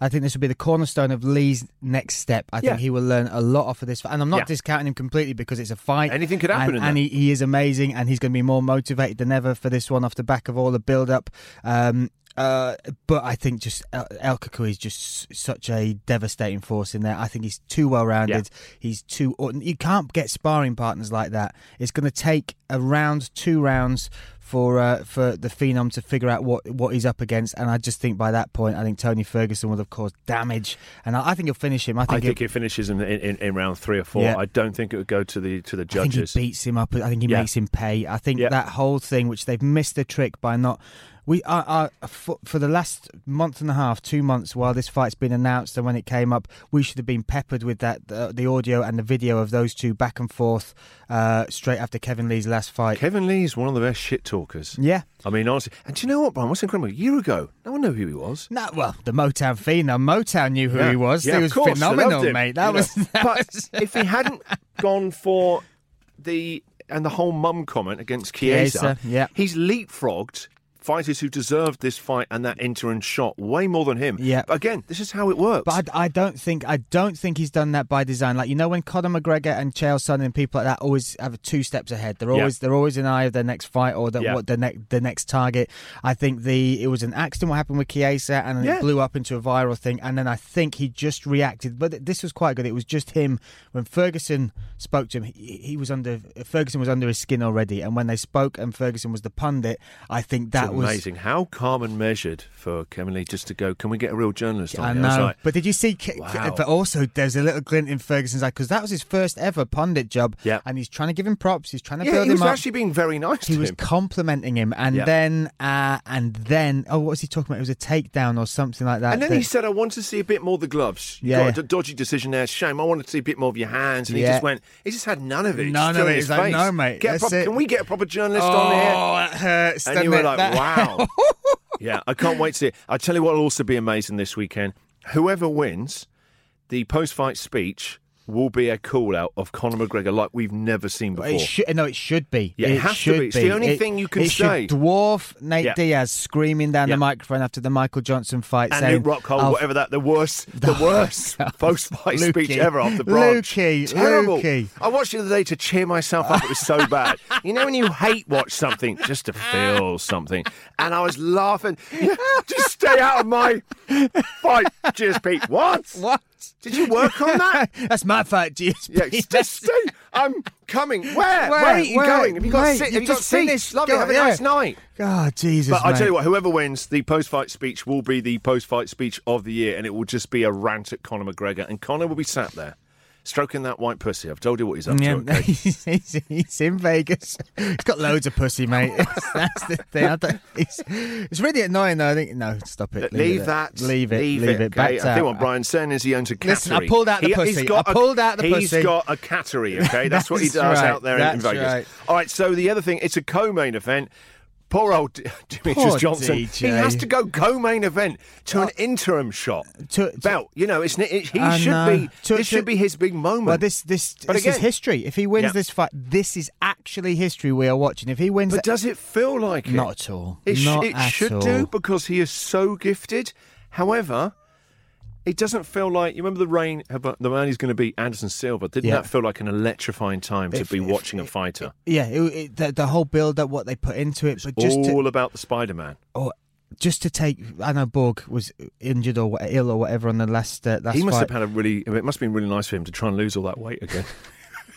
[SPEAKER 2] I think this will be the cornerstone of Lee's next step. I think
[SPEAKER 1] Yeah.
[SPEAKER 2] he will learn a lot off of this, and I'm not
[SPEAKER 1] Yeah.
[SPEAKER 2] discounting him completely because it's a fight.
[SPEAKER 1] Anything could happen
[SPEAKER 2] and,
[SPEAKER 1] in
[SPEAKER 2] and
[SPEAKER 1] that.
[SPEAKER 2] he, he is amazing, and he's going to be more motivated than ever for this one off the back of all the build up. Um, uh, but I think just El, El Cuckoo is just s- such a devastating force in there. I think he's too well rounded. He's too. You can't get sparring partners like that. It's going to take a round, two rounds for uh, for the phenom to figure out what what he's up against. And I just think by that point, I think Tony Ferguson would have caused damage, and I, I think he'll finish him. I
[SPEAKER 1] I
[SPEAKER 2] think.
[SPEAKER 1] think
[SPEAKER 2] he'll-
[SPEAKER 1] it finishes in, in, in round three or four.
[SPEAKER 2] Yeah.
[SPEAKER 1] I don't think it would go to the to the
[SPEAKER 2] I think he
[SPEAKER 1] judges.
[SPEAKER 2] beats him up. I think he
[SPEAKER 1] Yeah.
[SPEAKER 2] makes him pay. I think
[SPEAKER 1] Yeah.
[SPEAKER 2] that whole thing, which they've missed the trick by not. We are, are for, for the last month and a half, two months, while this fight's been announced and when it came up, we should have been peppered with that the, the audio and the video of those two back and forth uh, straight after Kevin Lee's last fight.
[SPEAKER 1] Kevin Lee is one of the best shit talkers.
[SPEAKER 2] yeah.
[SPEAKER 1] I mean, honestly. And do you know what, Brian? What's incredible? A year ago, no one knew who he was.
[SPEAKER 2] No, well, the Motown phenom. Motown knew who
[SPEAKER 1] Yeah.
[SPEAKER 2] he was.
[SPEAKER 1] Yeah,
[SPEAKER 2] he
[SPEAKER 1] of
[SPEAKER 2] was
[SPEAKER 1] course, they loved
[SPEAKER 2] phenomenal,
[SPEAKER 1] him,
[SPEAKER 2] mate. That
[SPEAKER 1] you know.
[SPEAKER 2] was. (laughs) That
[SPEAKER 1] but
[SPEAKER 2] was...
[SPEAKER 1] if he hadn't gone for the and the whole mum comment against Chiesa,
[SPEAKER 2] Chiesa, yeah.
[SPEAKER 1] he's leapfrogged fighters who deserved this fight and that interim shot way more than him.
[SPEAKER 2] Yeah.
[SPEAKER 1] But again, this is how it works.
[SPEAKER 2] But I, I don't think I don't think he's done that by design. Like you know when Conor McGregor and Chael Sonnen and people like that always have two steps ahead. They're
[SPEAKER 1] Yeah.
[SPEAKER 2] always they're always in eye of their next fight or the,
[SPEAKER 1] Yeah.
[SPEAKER 2] what the next the next target. I think the it was an accident what happened with Chiesa and
[SPEAKER 1] Yeah.
[SPEAKER 2] it blew up into a viral thing. And then I think he just reacted. But this was quite good. It was just him when Ferguson spoke to him. He, he was under Ferguson was under his skin already. And when they spoke and Ferguson was the pundit, I think that
[SPEAKER 1] It's
[SPEAKER 2] was
[SPEAKER 1] amazing. How calm and measured for Kevin Lee just to go, can we get a real journalist on
[SPEAKER 2] I
[SPEAKER 1] here? It's
[SPEAKER 2] know.
[SPEAKER 1] like-
[SPEAKER 2] but did you see? K-
[SPEAKER 1] Wow.
[SPEAKER 2] But also, there's a little glint in Ferguson's eye because that was his first ever pundit job.
[SPEAKER 1] Yeah.
[SPEAKER 2] And he's trying to give him props. He's trying to
[SPEAKER 1] yeah,
[SPEAKER 2] build
[SPEAKER 1] he
[SPEAKER 2] him
[SPEAKER 1] was
[SPEAKER 2] up.
[SPEAKER 1] actually being very nice
[SPEAKER 2] he
[SPEAKER 1] to
[SPEAKER 2] was
[SPEAKER 1] him.
[SPEAKER 2] complimenting him, and
[SPEAKER 1] Yeah.
[SPEAKER 2] then uh, and then oh, what was he talking about? It was a takedown or something like that.
[SPEAKER 1] And then
[SPEAKER 2] that-
[SPEAKER 1] he said, I want to see a bit more of the gloves. You
[SPEAKER 2] Yeah,
[SPEAKER 1] got
[SPEAKER 2] yeah.
[SPEAKER 1] a d- dodgy decision there. Shame. I want to see a bit more of your hands. And he
[SPEAKER 2] Yeah.
[SPEAKER 1] just went, he just had none of it. He just
[SPEAKER 2] None
[SPEAKER 1] threw
[SPEAKER 2] of
[SPEAKER 1] in
[SPEAKER 2] it.
[SPEAKER 1] his
[SPEAKER 2] He's like,
[SPEAKER 1] face.
[SPEAKER 2] "No, mate,
[SPEAKER 1] Get a
[SPEAKER 2] that's
[SPEAKER 1] proper-
[SPEAKER 2] it."
[SPEAKER 1] Can we get a proper journalist
[SPEAKER 2] "Oh,
[SPEAKER 1] on here?
[SPEAKER 2] that hurts."
[SPEAKER 1] And
[SPEAKER 2] doesn't
[SPEAKER 1] you were
[SPEAKER 2] it?
[SPEAKER 1] like,
[SPEAKER 2] That-
[SPEAKER 1] wow. yeah, I can't wait to see it. I tell you what will also be amazing this weekend. Whoever wins the post fight speech will be a call out of Conor McGregor like we've never seen before.
[SPEAKER 2] (laughs) It should, no, it should be.
[SPEAKER 1] Yeah, it has to
[SPEAKER 2] should
[SPEAKER 1] be. It's the only
[SPEAKER 2] It-
[SPEAKER 1] thing you can
[SPEAKER 2] it
[SPEAKER 1] say.
[SPEAKER 2] Should dwarf Nate
[SPEAKER 1] Yeah.
[SPEAKER 2] Diaz screaming down
[SPEAKER 1] Yeah.
[SPEAKER 2] the microphone after the Michael Johnson fight,
[SPEAKER 1] and
[SPEAKER 2] saying, "Oh,
[SPEAKER 1] Luke Rockhold,
[SPEAKER 2] "I'll
[SPEAKER 1] whatever that, the worst, the
[SPEAKER 2] (laughs)
[SPEAKER 1] worst post fight
[SPEAKER 2] Lukey.
[SPEAKER 1] speech ever off the branch.
[SPEAKER 2] Lukey,
[SPEAKER 1] Terrible.
[SPEAKER 2] Lukey.
[SPEAKER 1] I watched it the other day to cheer myself up. It was so
[SPEAKER 2] (laughs)
[SPEAKER 1] bad. you know when you hate watch something just to feel something, and I was laughing. You know, just stay out of my fight. Cheers, Pete. What?
[SPEAKER 2] (laughs) What?
[SPEAKER 1] Did you work
[SPEAKER 2] (laughs)
[SPEAKER 1] on that?
[SPEAKER 2] That's my fight, GSP.
[SPEAKER 1] Yeah,
[SPEAKER 2] (laughs)
[SPEAKER 1] it's just stay. I'm coming. Where? Where, are you
[SPEAKER 2] Where?
[SPEAKER 1] going? Have you got,
[SPEAKER 2] Mate,
[SPEAKER 1] sit? Have
[SPEAKER 2] you've
[SPEAKER 1] you got
[SPEAKER 2] just
[SPEAKER 1] seats?
[SPEAKER 2] finished.
[SPEAKER 1] Lovely.
[SPEAKER 2] Go-
[SPEAKER 1] Have a
[SPEAKER 2] yeah.
[SPEAKER 1] nice night.
[SPEAKER 2] God, Ah, Jesus.
[SPEAKER 1] But I tell
[SPEAKER 2] mate.
[SPEAKER 1] you what, whoever wins the post-fight speech will be the post-fight speech of the year, and it will just be a rant at Conor McGregor, and Conor will be sat there, stroking that white pussy. I've told you what he's up
[SPEAKER 2] Yeah,
[SPEAKER 1] to. Okay?
[SPEAKER 2] he's, (laughs) he's- he's in Vegas. He's got loads of pussy,
[SPEAKER 1] (laughs)
[SPEAKER 2] mate. It's- That's the thing. I don't, it's, it's really annoying, though. I think no, stop it.
[SPEAKER 1] Leave,
[SPEAKER 2] it.
[SPEAKER 1] that.
[SPEAKER 2] Leave it. Leave, it. Back
[SPEAKER 1] Okay? I
[SPEAKER 2] out.
[SPEAKER 1] think what Brian's saying is he owns a cattery.
[SPEAKER 2] Listen, I pulled out the
[SPEAKER 1] He-
[SPEAKER 2] pussy.
[SPEAKER 1] He's got
[SPEAKER 2] I
[SPEAKER 1] a-
[SPEAKER 2] pulled out the pussy.
[SPEAKER 1] He's got a cattery. Okay, that's what he
[SPEAKER 2] That's
[SPEAKER 1] does
[SPEAKER 2] right,
[SPEAKER 1] out there in- in
[SPEAKER 2] that's
[SPEAKER 1] Vegas.
[SPEAKER 2] right.
[SPEAKER 1] All right. So the other thing, it's a co-main event. Poor old (laughs) D- Demetrius
[SPEAKER 2] Poor
[SPEAKER 1] Johnson. He
[SPEAKER 2] DJ.
[SPEAKER 1] has to go co-main event to an interim shot.
[SPEAKER 2] To- to-
[SPEAKER 1] Belt. You know, it's n- it, he
[SPEAKER 2] I
[SPEAKER 1] should
[SPEAKER 2] know.
[SPEAKER 1] be.
[SPEAKER 2] To-
[SPEAKER 1] this
[SPEAKER 2] to-
[SPEAKER 1] should be his big moment.
[SPEAKER 2] Well, this this,
[SPEAKER 1] But
[SPEAKER 2] this is
[SPEAKER 1] again-
[SPEAKER 2] history. If he wins
[SPEAKER 1] Yeah.
[SPEAKER 2] this fight, this is actually history we are watching. If he wins,
[SPEAKER 1] But does it feel like it?
[SPEAKER 2] Not at all.
[SPEAKER 1] It, sh-
[SPEAKER 2] Not
[SPEAKER 1] it
[SPEAKER 2] at
[SPEAKER 1] should
[SPEAKER 2] all.
[SPEAKER 1] do because he is so gifted. However, it doesn't feel like you remember the rain. uh, The man is going to be Anderson Silva. Didn't
[SPEAKER 2] Yeah.
[SPEAKER 1] that feel like an electrifying time to
[SPEAKER 2] If-
[SPEAKER 1] be
[SPEAKER 2] if-
[SPEAKER 1] watching a fighter?
[SPEAKER 2] yeah, it, it, the, the whole build up, what they put into it, but just to,
[SPEAKER 1] All about the Spider Man.
[SPEAKER 2] oh, just to take, I know Borg was injured or wha- ill or whatever on the last uh, last
[SPEAKER 1] He must
[SPEAKER 2] fight.
[SPEAKER 1] have had a really. It must have been really nice for him to try and lose all that
[SPEAKER 2] (laughs)
[SPEAKER 1] weight again.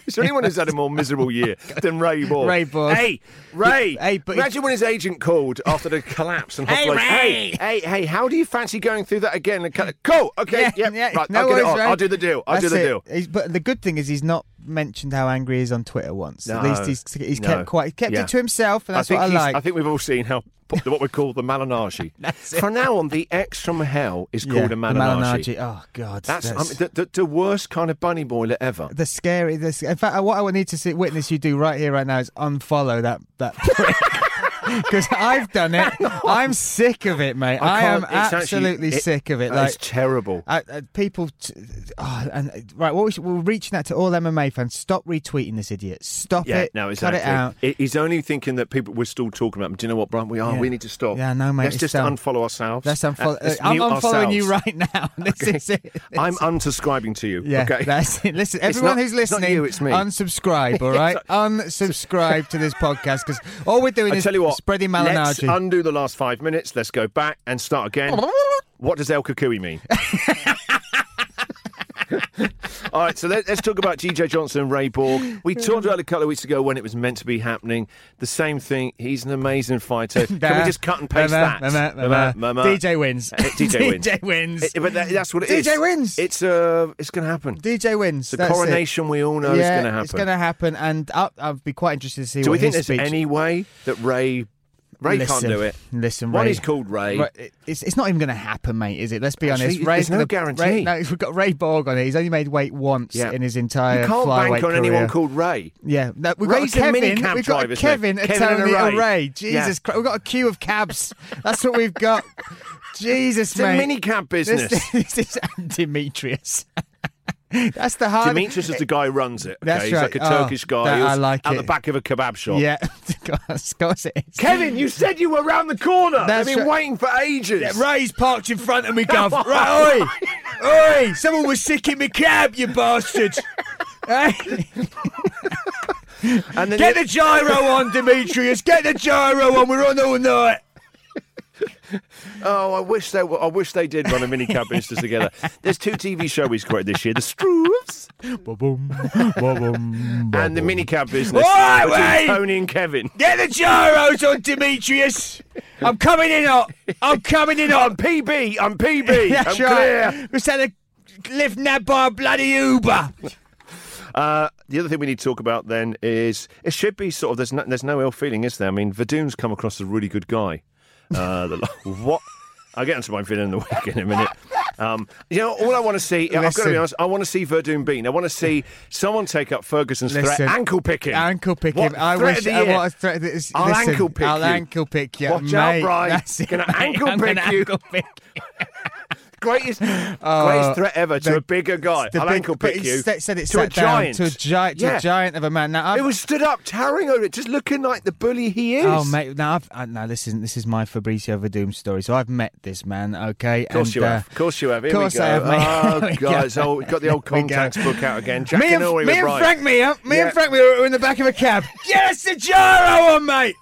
[SPEAKER 1] Is there anyone who's had a more miserable year than Ray Borg?
[SPEAKER 2] Ray Borg.
[SPEAKER 1] Hey, Ray.
[SPEAKER 2] Hey, but-
[SPEAKER 1] imagine when his agent called after the collapse
[SPEAKER 2] (laughs)
[SPEAKER 1] and hey, hey, hey, hey, how do you fancy going through that again? And kind of, cool. Okay, yeah, right.
[SPEAKER 2] no
[SPEAKER 1] I'll get it
[SPEAKER 2] worries,
[SPEAKER 1] on.
[SPEAKER 2] Ray.
[SPEAKER 1] I'll do the deal. I'll do
[SPEAKER 2] That's
[SPEAKER 1] the
[SPEAKER 2] it.
[SPEAKER 1] deal.
[SPEAKER 2] He's- but the good thing is he's not mentioned how angry he is on Twitter once. At
[SPEAKER 1] No,
[SPEAKER 2] least he's he's
[SPEAKER 1] no.
[SPEAKER 2] kept quite kept
[SPEAKER 1] Yeah.
[SPEAKER 2] it to himself, and that's
[SPEAKER 1] I think
[SPEAKER 2] what I
[SPEAKER 1] he's-
[SPEAKER 2] like.
[SPEAKER 1] I think we've all seen how what we call
[SPEAKER 2] (laughs)
[SPEAKER 1] the Malinaji. From now on, the ex from hell is
[SPEAKER 2] Yeah,
[SPEAKER 1] called
[SPEAKER 2] the
[SPEAKER 1] a
[SPEAKER 2] Malinaji.
[SPEAKER 1] Malinaji.
[SPEAKER 2] Oh God,
[SPEAKER 1] That's, I mean, the, the, the worst kind of bunny boiler ever.
[SPEAKER 2] the scary. The, sc- in fact, what I would need to see, witness you do right here, right now, is unfollow that that (laughs) prick. Because I've done it. I'm sick of it, mate. I, am
[SPEAKER 1] can't- it's actually-
[SPEAKER 2] absolutely sick of it.
[SPEAKER 1] It's
[SPEAKER 2] Like
[SPEAKER 1] terrible.
[SPEAKER 2] I, I, people, t- oh, and uh, right, what we should, we're reaching out to all MMA fans. Stop retweeting this idiot. Stop
[SPEAKER 1] yeah,
[SPEAKER 2] it.
[SPEAKER 1] no,
[SPEAKER 2] cut
[SPEAKER 1] exactly.
[SPEAKER 2] it out.
[SPEAKER 1] he's only thinking that people we're still talking about. him. Do you know what, Brian? We are.
[SPEAKER 2] Yeah.
[SPEAKER 1] We need to stop.
[SPEAKER 2] Yeah, no, mate,
[SPEAKER 1] Let's
[SPEAKER 2] it's
[SPEAKER 1] just
[SPEAKER 2] done.
[SPEAKER 1] unfollow ourselves.
[SPEAKER 2] That's
[SPEAKER 1] Uh,
[SPEAKER 2] unfollow.
[SPEAKER 1] let's
[SPEAKER 2] I'm
[SPEAKER 1] mute
[SPEAKER 2] unfollowing you
[SPEAKER 1] ourselves.
[SPEAKER 2] right now. (laughs) This is it.
[SPEAKER 1] I'm unsubscribing to you.
[SPEAKER 2] Yeah, (laughs)
[SPEAKER 1] okay?
[SPEAKER 2] that's it. Listen,
[SPEAKER 1] It's
[SPEAKER 2] everyone
[SPEAKER 1] not-
[SPEAKER 2] who's
[SPEAKER 1] it's not
[SPEAKER 2] listening,
[SPEAKER 1] you, it's me. (laughs)
[SPEAKER 2] unsubscribe, all right? unsubscribe to this podcast because all we're doing
[SPEAKER 1] I
[SPEAKER 2] is
[SPEAKER 1] tell you what,
[SPEAKER 2] spreading
[SPEAKER 1] Let's
[SPEAKER 2] malinaji. (laughs)
[SPEAKER 1] undo the last five minutes. Let's go back and start again. What does El
[SPEAKER 2] (laughs)
[SPEAKER 1] Kukui mean? All right, so let, us talk about GJ Johnson and Ray Borg. We talked about it a couple of weeks ago when it was meant to be happening. The same thing. He's an
[SPEAKER 2] (laughs)
[SPEAKER 1] amazing fighter. Can we just cut and paste
[SPEAKER 2] Mama,
[SPEAKER 1] that?
[SPEAKER 2] mama, mama. (laughs)
[SPEAKER 1] mama.
[SPEAKER 2] DJ wins.
[SPEAKER 1] Uh,
[SPEAKER 2] (laughs)
[SPEAKER 1] (laughs) DJ wins.
[SPEAKER 2] DJ wins.
[SPEAKER 1] It- but that- that's what it is.
[SPEAKER 2] DJ wins.
[SPEAKER 1] It's uh, it's going to happen.
[SPEAKER 2] DJ wins.
[SPEAKER 1] The
[SPEAKER 2] That's it.
[SPEAKER 1] coronation we all know is
[SPEAKER 2] yeah,
[SPEAKER 1] going to happen.
[SPEAKER 2] It's going to happen, and I'll, I'll be quite interested to see
[SPEAKER 1] Do
[SPEAKER 2] what
[SPEAKER 1] we think
[SPEAKER 2] his
[SPEAKER 1] there's
[SPEAKER 2] speech.
[SPEAKER 1] any way that Ray Ray
[SPEAKER 2] Listen,
[SPEAKER 1] can't do it?
[SPEAKER 2] Listen,
[SPEAKER 1] One
[SPEAKER 2] Ray.
[SPEAKER 1] is called Ray.
[SPEAKER 2] Right, it- It's, it's not even going to happen, mate, is it? Let's be
[SPEAKER 1] Actually,
[SPEAKER 2] honest.
[SPEAKER 1] there's
[SPEAKER 2] Ray's
[SPEAKER 1] no
[SPEAKER 2] gonna-
[SPEAKER 1] guarantee.
[SPEAKER 2] Ray, no, we've got Ray Borg on it. He's only made weight once
[SPEAKER 1] Yeah.
[SPEAKER 2] in his entire
[SPEAKER 1] you can't
[SPEAKER 2] flyweight
[SPEAKER 1] bank on
[SPEAKER 2] career.
[SPEAKER 1] anyone called Ray.
[SPEAKER 2] Yeah, no, we've
[SPEAKER 1] Ray's a
[SPEAKER 2] got a Kevin.
[SPEAKER 1] minicab
[SPEAKER 2] we've got
[SPEAKER 1] driver,
[SPEAKER 2] a
[SPEAKER 1] isn't he?
[SPEAKER 2] Kevin, a
[SPEAKER 1] Kevin and
[SPEAKER 2] Tony,
[SPEAKER 1] a Ray.
[SPEAKER 2] a Ray.
[SPEAKER 1] Yeah.
[SPEAKER 2] Jesus Christ, we've got a queue of cabs. That's what we've
[SPEAKER 1] (laughs)
[SPEAKER 2] got. Jesus,
[SPEAKER 1] It's a
[SPEAKER 2] mate.
[SPEAKER 1] minicab business.
[SPEAKER 2] This, (laughs)
[SPEAKER 1] (laughs)
[SPEAKER 2] this is Demetrius. (laughs) That's the hard.
[SPEAKER 1] Demetrius is the guy who runs it. Okay?
[SPEAKER 2] That's
[SPEAKER 1] He's
[SPEAKER 2] right.
[SPEAKER 1] like a
[SPEAKER 2] Oh,
[SPEAKER 1] Turkish guy
[SPEAKER 2] that-
[SPEAKER 1] who's
[SPEAKER 2] I like
[SPEAKER 1] at
[SPEAKER 2] it.
[SPEAKER 1] the back of a kebab shop.
[SPEAKER 2] Yeah, (laughs) of course it is.
[SPEAKER 1] Kevin, you said you were around the corner.
[SPEAKER 2] That's
[SPEAKER 1] I've been
[SPEAKER 2] right.
[SPEAKER 1] waiting for ages.
[SPEAKER 2] Yeah, Ray's parked in front of me, Gov. Right, oi! Oi! Someone was sick in my cab, you
[SPEAKER 1] (laughs)
[SPEAKER 2] bastard! Hey,
[SPEAKER 1] And then
[SPEAKER 2] get the gyro on, Demetrius! Get the gyro on, we're on all night!
[SPEAKER 1] Oh, I wish they were, I wish they did run a mini cab business together. There's two TV shows he's created this year: the Struves and the mini cab business
[SPEAKER 2] Oi,
[SPEAKER 1] between
[SPEAKER 2] Ray!
[SPEAKER 1] Tony and Kevin.
[SPEAKER 2] Get the gyros on, Demetrius! I'm coming in hot!
[SPEAKER 1] (laughs)
[SPEAKER 2] I'm coming in
[SPEAKER 1] I'm
[SPEAKER 2] hot!
[SPEAKER 1] PB. I'm (laughs) PB.
[SPEAKER 2] That's
[SPEAKER 1] I'm
[SPEAKER 2] right!
[SPEAKER 1] clear.
[SPEAKER 2] We said a lift nabbed by a bloody Uber!
[SPEAKER 1] Uh, the other thing we need to talk about then is it should be sort of there's no, there's no ill feeling, is there? I mean, Vadoon's come across as a really good guy. Uh, the, (laughs) what? I'll get into my feeling in the week in a minute. Um, you know, all I want to see, I've got to be
[SPEAKER 2] Listen.
[SPEAKER 1] honest, I want to see Verdun beaten. I want to see someone take up Ferguson's
[SPEAKER 2] Listen.
[SPEAKER 1] threat, ankle pick him.
[SPEAKER 2] Ankle pick
[SPEAKER 1] What
[SPEAKER 2] him. I
[SPEAKER 1] threat
[SPEAKER 2] wish
[SPEAKER 1] of the
[SPEAKER 2] I
[SPEAKER 1] year?
[SPEAKER 2] want to threat this.
[SPEAKER 1] I'll
[SPEAKER 2] listen,
[SPEAKER 1] ankle pick
[SPEAKER 2] I'll
[SPEAKER 1] you.
[SPEAKER 2] ankle pick you.
[SPEAKER 1] Watch
[SPEAKER 2] mate.
[SPEAKER 1] out,
[SPEAKER 2] (laughs)
[SPEAKER 1] Bri.
[SPEAKER 2] That's it,
[SPEAKER 1] Gonna
[SPEAKER 2] mate.
[SPEAKER 1] ankle
[SPEAKER 2] I'm
[SPEAKER 1] pick
[SPEAKER 2] gonna
[SPEAKER 1] you.
[SPEAKER 2] ankle pick (laughs)
[SPEAKER 1] greatest,
[SPEAKER 2] Uh,
[SPEAKER 1] greatest threat ever to
[SPEAKER 2] the-
[SPEAKER 1] a bigger guy.
[SPEAKER 2] the
[SPEAKER 1] I'll
[SPEAKER 2] big-
[SPEAKER 1] ankle
[SPEAKER 2] but
[SPEAKER 1] pick
[SPEAKER 2] he
[SPEAKER 1] you.
[SPEAKER 2] sa- said it
[SPEAKER 1] to a
[SPEAKER 2] sat down
[SPEAKER 1] giant.
[SPEAKER 2] to a giant, to
[SPEAKER 1] Yeah.
[SPEAKER 2] a giant of a man. Now, I've,
[SPEAKER 1] It was stood up, towering over it, just looking like the bully he is.
[SPEAKER 2] Oh mate, now I've, I, now this isn't this is my Fabrizio Verdum story. So I've met this man, okay?
[SPEAKER 1] Of course
[SPEAKER 2] and,
[SPEAKER 1] you have.
[SPEAKER 2] uh,
[SPEAKER 1] Of course you have. Here
[SPEAKER 2] of course
[SPEAKER 1] we go.
[SPEAKER 2] I have, mate. (laughs) Here
[SPEAKER 1] Oh,
[SPEAKER 2] we
[SPEAKER 1] God.
[SPEAKER 2] go.
[SPEAKER 1] So we've got the old
[SPEAKER 2] Here we go.
[SPEAKER 1] contacts book out again. Jack
[SPEAKER 2] me
[SPEAKER 1] and,
[SPEAKER 2] and,
[SPEAKER 1] Ori
[SPEAKER 2] me
[SPEAKER 1] were
[SPEAKER 2] and
[SPEAKER 1] right.
[SPEAKER 2] Frank Mir, me
[SPEAKER 1] Yeah.
[SPEAKER 2] and Frank Mir were in the back of a
[SPEAKER 1] (laughs)
[SPEAKER 2] cab. yes, the jar on, mate.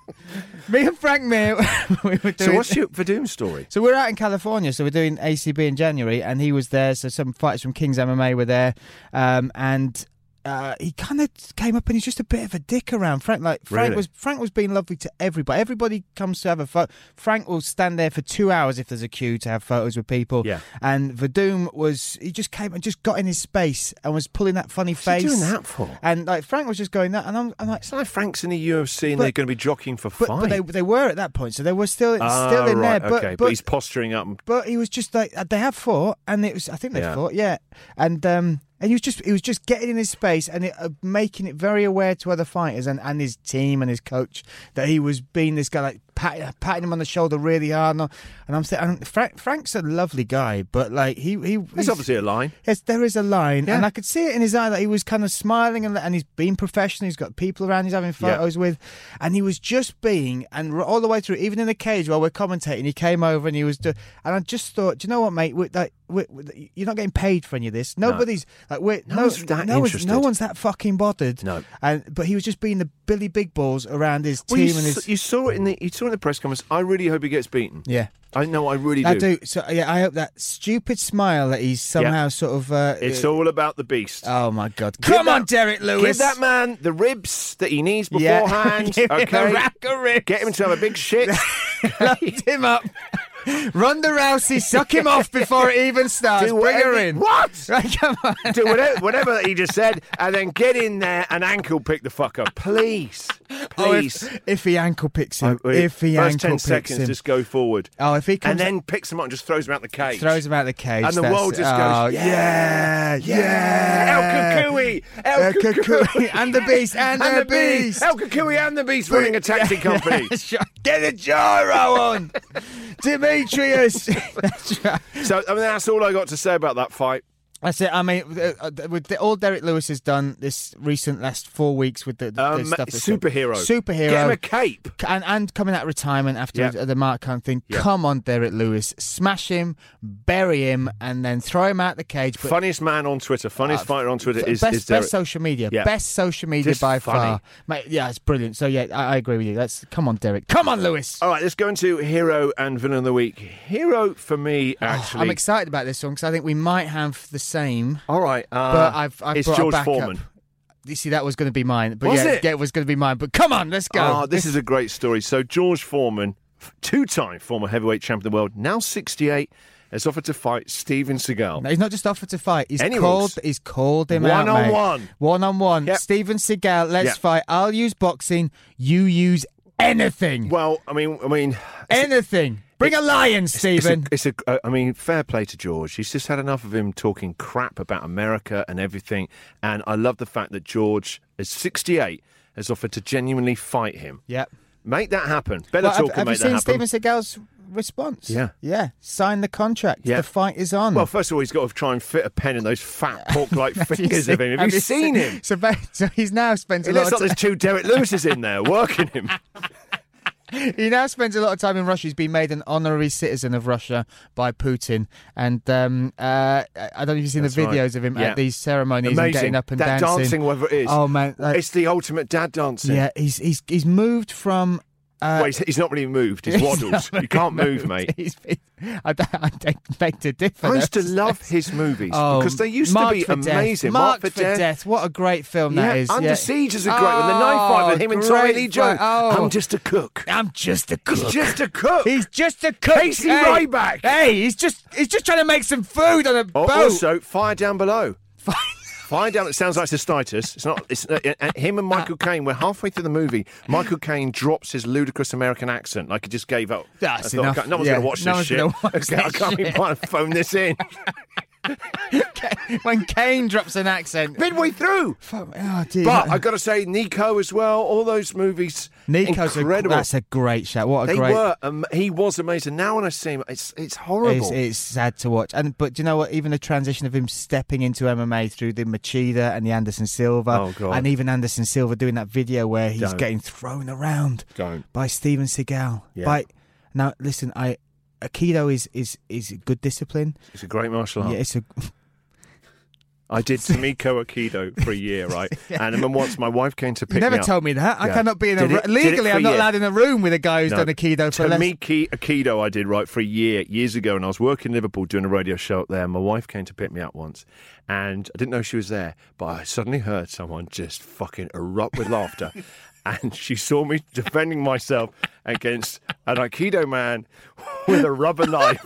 [SPEAKER 2] Me and (laughs) Frank Mir, we were doing.
[SPEAKER 1] So
[SPEAKER 2] (laughs)
[SPEAKER 1] what's your Verdum story?
[SPEAKER 2] So we're out in California, so we're doing ACB in January, and he was there. So some fighters from Kings MMA were there, um, and uh, he kind of came up and he's just a bit of a dick around Frank. Like Frank
[SPEAKER 1] Really?
[SPEAKER 2] was Frank was being lovely to everybody. Everybody comes to have a photo. Frank will stand there for two hours if there's a queue to have photos with people.
[SPEAKER 1] Yeah.
[SPEAKER 2] And Vadum was he just came and just got in his space and was pulling that funny
[SPEAKER 1] he
[SPEAKER 2] face.
[SPEAKER 1] doing that for?
[SPEAKER 2] And like Frank was just going that, and I'm, I'm like.
[SPEAKER 1] It's like Frank's in the UFC and
[SPEAKER 2] But-
[SPEAKER 1] they're going to be jockeying for
[SPEAKER 2] But,
[SPEAKER 1] five.
[SPEAKER 2] but they they were at that point, so they were still
[SPEAKER 1] Ah,
[SPEAKER 2] still in
[SPEAKER 1] right,
[SPEAKER 2] there.
[SPEAKER 1] okay, but, he's posturing up. and-
[SPEAKER 2] but he was just like uh, they had fought, and it was I think they
[SPEAKER 1] Yeah.
[SPEAKER 2] fought, yeah. And um, and he was just he was just getting in his space and it, uh, making it very aware to other fighters and, and his team and his coach that he was being this guy like pat, patting him on the shoulder really hard. And, all- and I'm saying and Frank, Frank's a lovely guy, but like he he
[SPEAKER 1] There's
[SPEAKER 2] he's-
[SPEAKER 1] obviously a line.
[SPEAKER 2] Yes, there is a line,
[SPEAKER 1] Yeah.
[SPEAKER 2] and I could see it in his eye that he was kind of smiling, and, and he's being professional. He's got people around, he's having
[SPEAKER 1] Yeah.
[SPEAKER 2] photos with, and he was just being, and r- all the way through, even in the cage while we're commentating, he came over and he was, do, and I just thought, do you know what, mate? We're, like, we're, we you're not getting paid for any of this. Nobody's like we're
[SPEAKER 1] No
[SPEAKER 2] no,
[SPEAKER 1] one's that
[SPEAKER 2] no, one's-
[SPEAKER 1] interested.
[SPEAKER 2] no one's that fucking bothered.
[SPEAKER 1] No.
[SPEAKER 2] and but he was just being the Billy Big Balls around his
[SPEAKER 1] Well,
[SPEAKER 2] team
[SPEAKER 1] you,
[SPEAKER 2] and
[SPEAKER 1] s-
[SPEAKER 2] his
[SPEAKER 1] you saw it in the you saw it in the press conference. I really hope he gets beaten.
[SPEAKER 2] yeah.
[SPEAKER 1] I know. I really
[SPEAKER 2] I do. So yeah, I hope that stupid smile that he's somehow sort of. Uh,
[SPEAKER 1] It's
[SPEAKER 2] uh,
[SPEAKER 1] all about the beast.
[SPEAKER 2] Oh my God!
[SPEAKER 1] Give
[SPEAKER 2] Come on,
[SPEAKER 1] that-
[SPEAKER 2] Derek
[SPEAKER 1] Give
[SPEAKER 2] Lewis.
[SPEAKER 1] that man the ribs that he needs
[SPEAKER 2] Yeah. (laughs)
[SPEAKER 1] beforehand.
[SPEAKER 2] Give him a
[SPEAKER 1] okay,
[SPEAKER 2] rack of ribs.
[SPEAKER 1] get him to have a big
[SPEAKER 2] (laughs)
[SPEAKER 1] shit.
[SPEAKER 2] Lift him up. Ronda Rousey, suck him
[SPEAKER 1] (laughs)
[SPEAKER 2] off before it even starts.
[SPEAKER 1] Do
[SPEAKER 2] Bring
[SPEAKER 1] whatever-
[SPEAKER 2] her in.
[SPEAKER 1] What?
[SPEAKER 2] (laughs) Right, come on.
[SPEAKER 1] Do whatever, whatever he just said, and then get in there and ankle pick the fucker, please, (laughs)
[SPEAKER 2] Oh,
[SPEAKER 1] please.
[SPEAKER 2] if, if he ankle picks
[SPEAKER 1] I-
[SPEAKER 2] him, if he
[SPEAKER 1] Uh, first
[SPEAKER 2] ankle
[SPEAKER 1] ten
[SPEAKER 2] picks
[SPEAKER 1] seconds,
[SPEAKER 2] him,
[SPEAKER 1] just go forward.
[SPEAKER 2] Oh, if he comes-
[SPEAKER 1] and then picks him up and just throws him out the cage,
[SPEAKER 2] throws him out the cage,
[SPEAKER 1] and the
[SPEAKER 2] that's-
[SPEAKER 1] world just
[SPEAKER 2] oh,
[SPEAKER 1] goes,
[SPEAKER 2] yeah,
[SPEAKER 1] yeah,
[SPEAKER 2] yeah. (laughs)
[SPEAKER 1] El Kukui,
[SPEAKER 2] El
[SPEAKER 1] El Kukui,
[SPEAKER 2] Kukui, (laughs) and the beast, and the beast.
[SPEAKER 1] El Kukui and the beast running a taxi company.
[SPEAKER 2] (laughs) Get a gyro on, (laughs) Demetrius. (laughs) That's right.
[SPEAKER 1] so I mean, that's all I got to say about that fight.
[SPEAKER 2] That's it. I mean, uh, uh, with the, all Derek Lewis has done this recent last four weeks with the, the, the
[SPEAKER 1] Um,
[SPEAKER 2] stuff. that's-
[SPEAKER 1] superhero,
[SPEAKER 2] superhero,
[SPEAKER 1] get him a cape.
[SPEAKER 2] and and coming out of retirement after
[SPEAKER 1] Yeah.
[SPEAKER 2] the Mark Hunt thing.
[SPEAKER 1] Yeah.
[SPEAKER 2] Come on, Derek Lewis, smash him, bury him, and then throw him out the cage. But uh,
[SPEAKER 1] funniest man on Twitter, funniest fighter on Twitter is
[SPEAKER 2] best,
[SPEAKER 1] is Derek.
[SPEAKER 2] best social media,
[SPEAKER 1] Yeah.
[SPEAKER 2] best social media
[SPEAKER 1] Just
[SPEAKER 2] by
[SPEAKER 1] funny.
[SPEAKER 2] far. Mate, yeah, it's brilliant. So yeah, I, I agree with you. That's come on, Derek. Come on, Lewis.
[SPEAKER 1] All right, let's go into hero and villain of the week. Hero for me, actually.
[SPEAKER 2] Oh, I'm excited about this one because I think we might have the same.
[SPEAKER 1] All right, uh,
[SPEAKER 2] But I've- I've
[SPEAKER 1] it's
[SPEAKER 2] brought a
[SPEAKER 1] George
[SPEAKER 2] backup.
[SPEAKER 1] Foreman.
[SPEAKER 2] You see, that was going to be mine. But
[SPEAKER 1] Was
[SPEAKER 2] yeah,
[SPEAKER 1] it?
[SPEAKER 2] yeah, was going to be mine. But come on, let's go.
[SPEAKER 1] Ah, this is a great story. So George Foreman, f- two-time former heavyweight champion of the world, now 68, has offered to fight Steven
[SPEAKER 2] (laughs)
[SPEAKER 1] Seagal.
[SPEAKER 2] No, he's not just offered to fight. He's
[SPEAKER 1] Any
[SPEAKER 2] called.
[SPEAKER 1] rules?
[SPEAKER 2] He's called him out. mate.
[SPEAKER 1] One-on-one.
[SPEAKER 2] One on one.
[SPEAKER 1] Yep.
[SPEAKER 2] Steven Seagal. Let's
[SPEAKER 1] Yep.
[SPEAKER 2] fight. I'll use boxing. You use anything.
[SPEAKER 1] Well, I mean, I mean,
[SPEAKER 2] anything. Bring a lion,
[SPEAKER 1] it's a,
[SPEAKER 2] Steven.
[SPEAKER 1] it's a, uh, I mean, fair play to George. He's just had enough of him talking crap about America and everything. And I love the fact that George, at 68, has offered to genuinely fight him.
[SPEAKER 2] Yep.
[SPEAKER 1] Make that happen. Better
[SPEAKER 2] Well,
[SPEAKER 1] talk
[SPEAKER 2] have,
[SPEAKER 1] and
[SPEAKER 2] have
[SPEAKER 1] make
[SPEAKER 2] you
[SPEAKER 1] that
[SPEAKER 2] seen
[SPEAKER 1] happen.
[SPEAKER 2] Steven Seagal's response?
[SPEAKER 1] Yeah.
[SPEAKER 2] Yeah. Sign the contract.
[SPEAKER 1] Yeah.
[SPEAKER 2] The fight is on.
[SPEAKER 1] Well, (laughs) first of all, he's got to try and fit a pen in
[SPEAKER 2] (laughs)
[SPEAKER 1] those fat pork-like
[SPEAKER 2] Hmm. Have you
[SPEAKER 1] fingers of
[SPEAKER 2] seen-
[SPEAKER 1] him. Have you seen him?
[SPEAKER 2] (laughs) So, ba- so he's now spent a
[SPEAKER 1] It
[SPEAKER 2] lot.
[SPEAKER 1] looks
[SPEAKER 2] Of
[SPEAKER 1] like
[SPEAKER 2] ti-
[SPEAKER 1] there's two Derek Lewis's in there
[SPEAKER 2] (laughs)
[SPEAKER 1] working him.
[SPEAKER 2] He now spends a lot of time in Russia. He's been made an honorary citizen of Russia by Putin, and um, uh, I don't know if you've seen
[SPEAKER 1] That's
[SPEAKER 2] the
[SPEAKER 1] right.
[SPEAKER 2] videos of him
[SPEAKER 1] Yeah.
[SPEAKER 2] at these ceremonies and
[SPEAKER 1] Amazing.
[SPEAKER 2] getting up and
[SPEAKER 1] that
[SPEAKER 2] dancing.
[SPEAKER 1] whether it is.
[SPEAKER 2] Oh man, like-
[SPEAKER 1] it's the ultimate dad dancing.
[SPEAKER 2] yeah, he's he's he's moved from. Uh,
[SPEAKER 1] well, he's, he's not really
[SPEAKER 2] (laughs)
[SPEAKER 1] moved. He's waddles.
[SPEAKER 2] not
[SPEAKER 1] You can't
[SPEAKER 2] really (laughs)
[SPEAKER 1] move, mate.
[SPEAKER 2] He's, I, don't- I don't beg to differ.
[SPEAKER 1] I used
[SPEAKER 2] (laughs)
[SPEAKER 1] to
[SPEAKER 2] That's-
[SPEAKER 1] love his movies
[SPEAKER 2] Oh,
[SPEAKER 1] because they used to
[SPEAKER 2] Marked
[SPEAKER 1] be
[SPEAKER 2] for Death.
[SPEAKER 1] amazing.
[SPEAKER 2] Marked for Death. What a great film that
[SPEAKER 1] yeah,
[SPEAKER 2] is.
[SPEAKER 1] Under
[SPEAKER 2] yeah. Oh,
[SPEAKER 1] Siege is a great one. The knife fight with him and Tommy
[SPEAKER 2] great
[SPEAKER 1] Lee
[SPEAKER 2] fi-
[SPEAKER 1] Jones.
[SPEAKER 2] Oh.
[SPEAKER 1] I'm just a cook.
[SPEAKER 2] I'm just a
[SPEAKER 1] He's
[SPEAKER 2] cook.
[SPEAKER 1] just a
[SPEAKER 2] (laughs)
[SPEAKER 1] cook.
[SPEAKER 2] He's just a cook.
[SPEAKER 1] Casey
[SPEAKER 2] hey,
[SPEAKER 1] Ryback.
[SPEAKER 2] Hey, he's just he's just trying to make some food on a
[SPEAKER 1] Oh,
[SPEAKER 2] boat. (laughs)
[SPEAKER 1] Also, fire down below. Fire down. It sounds like cystitis. It's not. It's uh, uh, him
[SPEAKER 2] Ah.
[SPEAKER 1] and Michael Caine. We're halfway through the movie. Michael Caine drops his ludicrous American accent, like he just gave up.
[SPEAKER 2] That's
[SPEAKER 1] I thought,
[SPEAKER 2] enough.
[SPEAKER 1] "I can't- No one's
[SPEAKER 2] Yeah,
[SPEAKER 1] going to watch
[SPEAKER 2] no
[SPEAKER 1] this
[SPEAKER 2] one's
[SPEAKER 1] shit.
[SPEAKER 2] gonna watch
[SPEAKER 1] I
[SPEAKER 2] (laughs)
[SPEAKER 1] can't
[SPEAKER 2] this
[SPEAKER 1] even phone this in.
[SPEAKER 2] when Kane drops an
[SPEAKER 1] (laughs)
[SPEAKER 2] accent.
[SPEAKER 1] Midway through.
[SPEAKER 2] Oh, dear.
[SPEAKER 1] But I've got to say, Nico as well. All those movies,
[SPEAKER 2] Nico's
[SPEAKER 1] incredible.
[SPEAKER 2] A, that's a great shout. What a
[SPEAKER 1] they
[SPEAKER 2] great.
[SPEAKER 1] were. Um, he was amazing. Now when I see him, it's it's horrible.
[SPEAKER 2] It's, it's sad to watch, and but do you know what? Even the transition of him stepping into MMA through the Machida and the Anderson Silva,
[SPEAKER 1] Oh, God.
[SPEAKER 2] and even Anderson Silva doing that video where he's
[SPEAKER 1] Don't.
[SPEAKER 2] getting thrown around
[SPEAKER 1] Don't.
[SPEAKER 2] by Steven Seagal.
[SPEAKER 1] Yeah.
[SPEAKER 2] By now, listen, I Aikido is is is good discipline.
[SPEAKER 1] It's a great martial art.
[SPEAKER 2] Yeah, it's a (laughs)
[SPEAKER 1] I did Tomiko Aikido for a year, right? And then once my wife came to pick
[SPEAKER 2] you never
[SPEAKER 1] me up.
[SPEAKER 2] told me that. I
[SPEAKER 1] Yeah.
[SPEAKER 2] cannot be in a
[SPEAKER 1] Did
[SPEAKER 2] ru-
[SPEAKER 1] it- did it
[SPEAKER 2] legally.
[SPEAKER 1] for
[SPEAKER 2] I'm
[SPEAKER 1] a
[SPEAKER 2] not
[SPEAKER 1] year.
[SPEAKER 2] allowed in a room with a guy who's
[SPEAKER 1] No.
[SPEAKER 2] done Aikido for less.
[SPEAKER 1] Tamiki Aikido I did right for a year years ago and I was working in Liverpool doing a radio show up there my wife came to pick me up once and I didn't know she was there but I suddenly heard someone just fucking erupt
[SPEAKER 2] (laughs)
[SPEAKER 1] with laughter and she saw me defending myself against an Aikido man with a rubber knife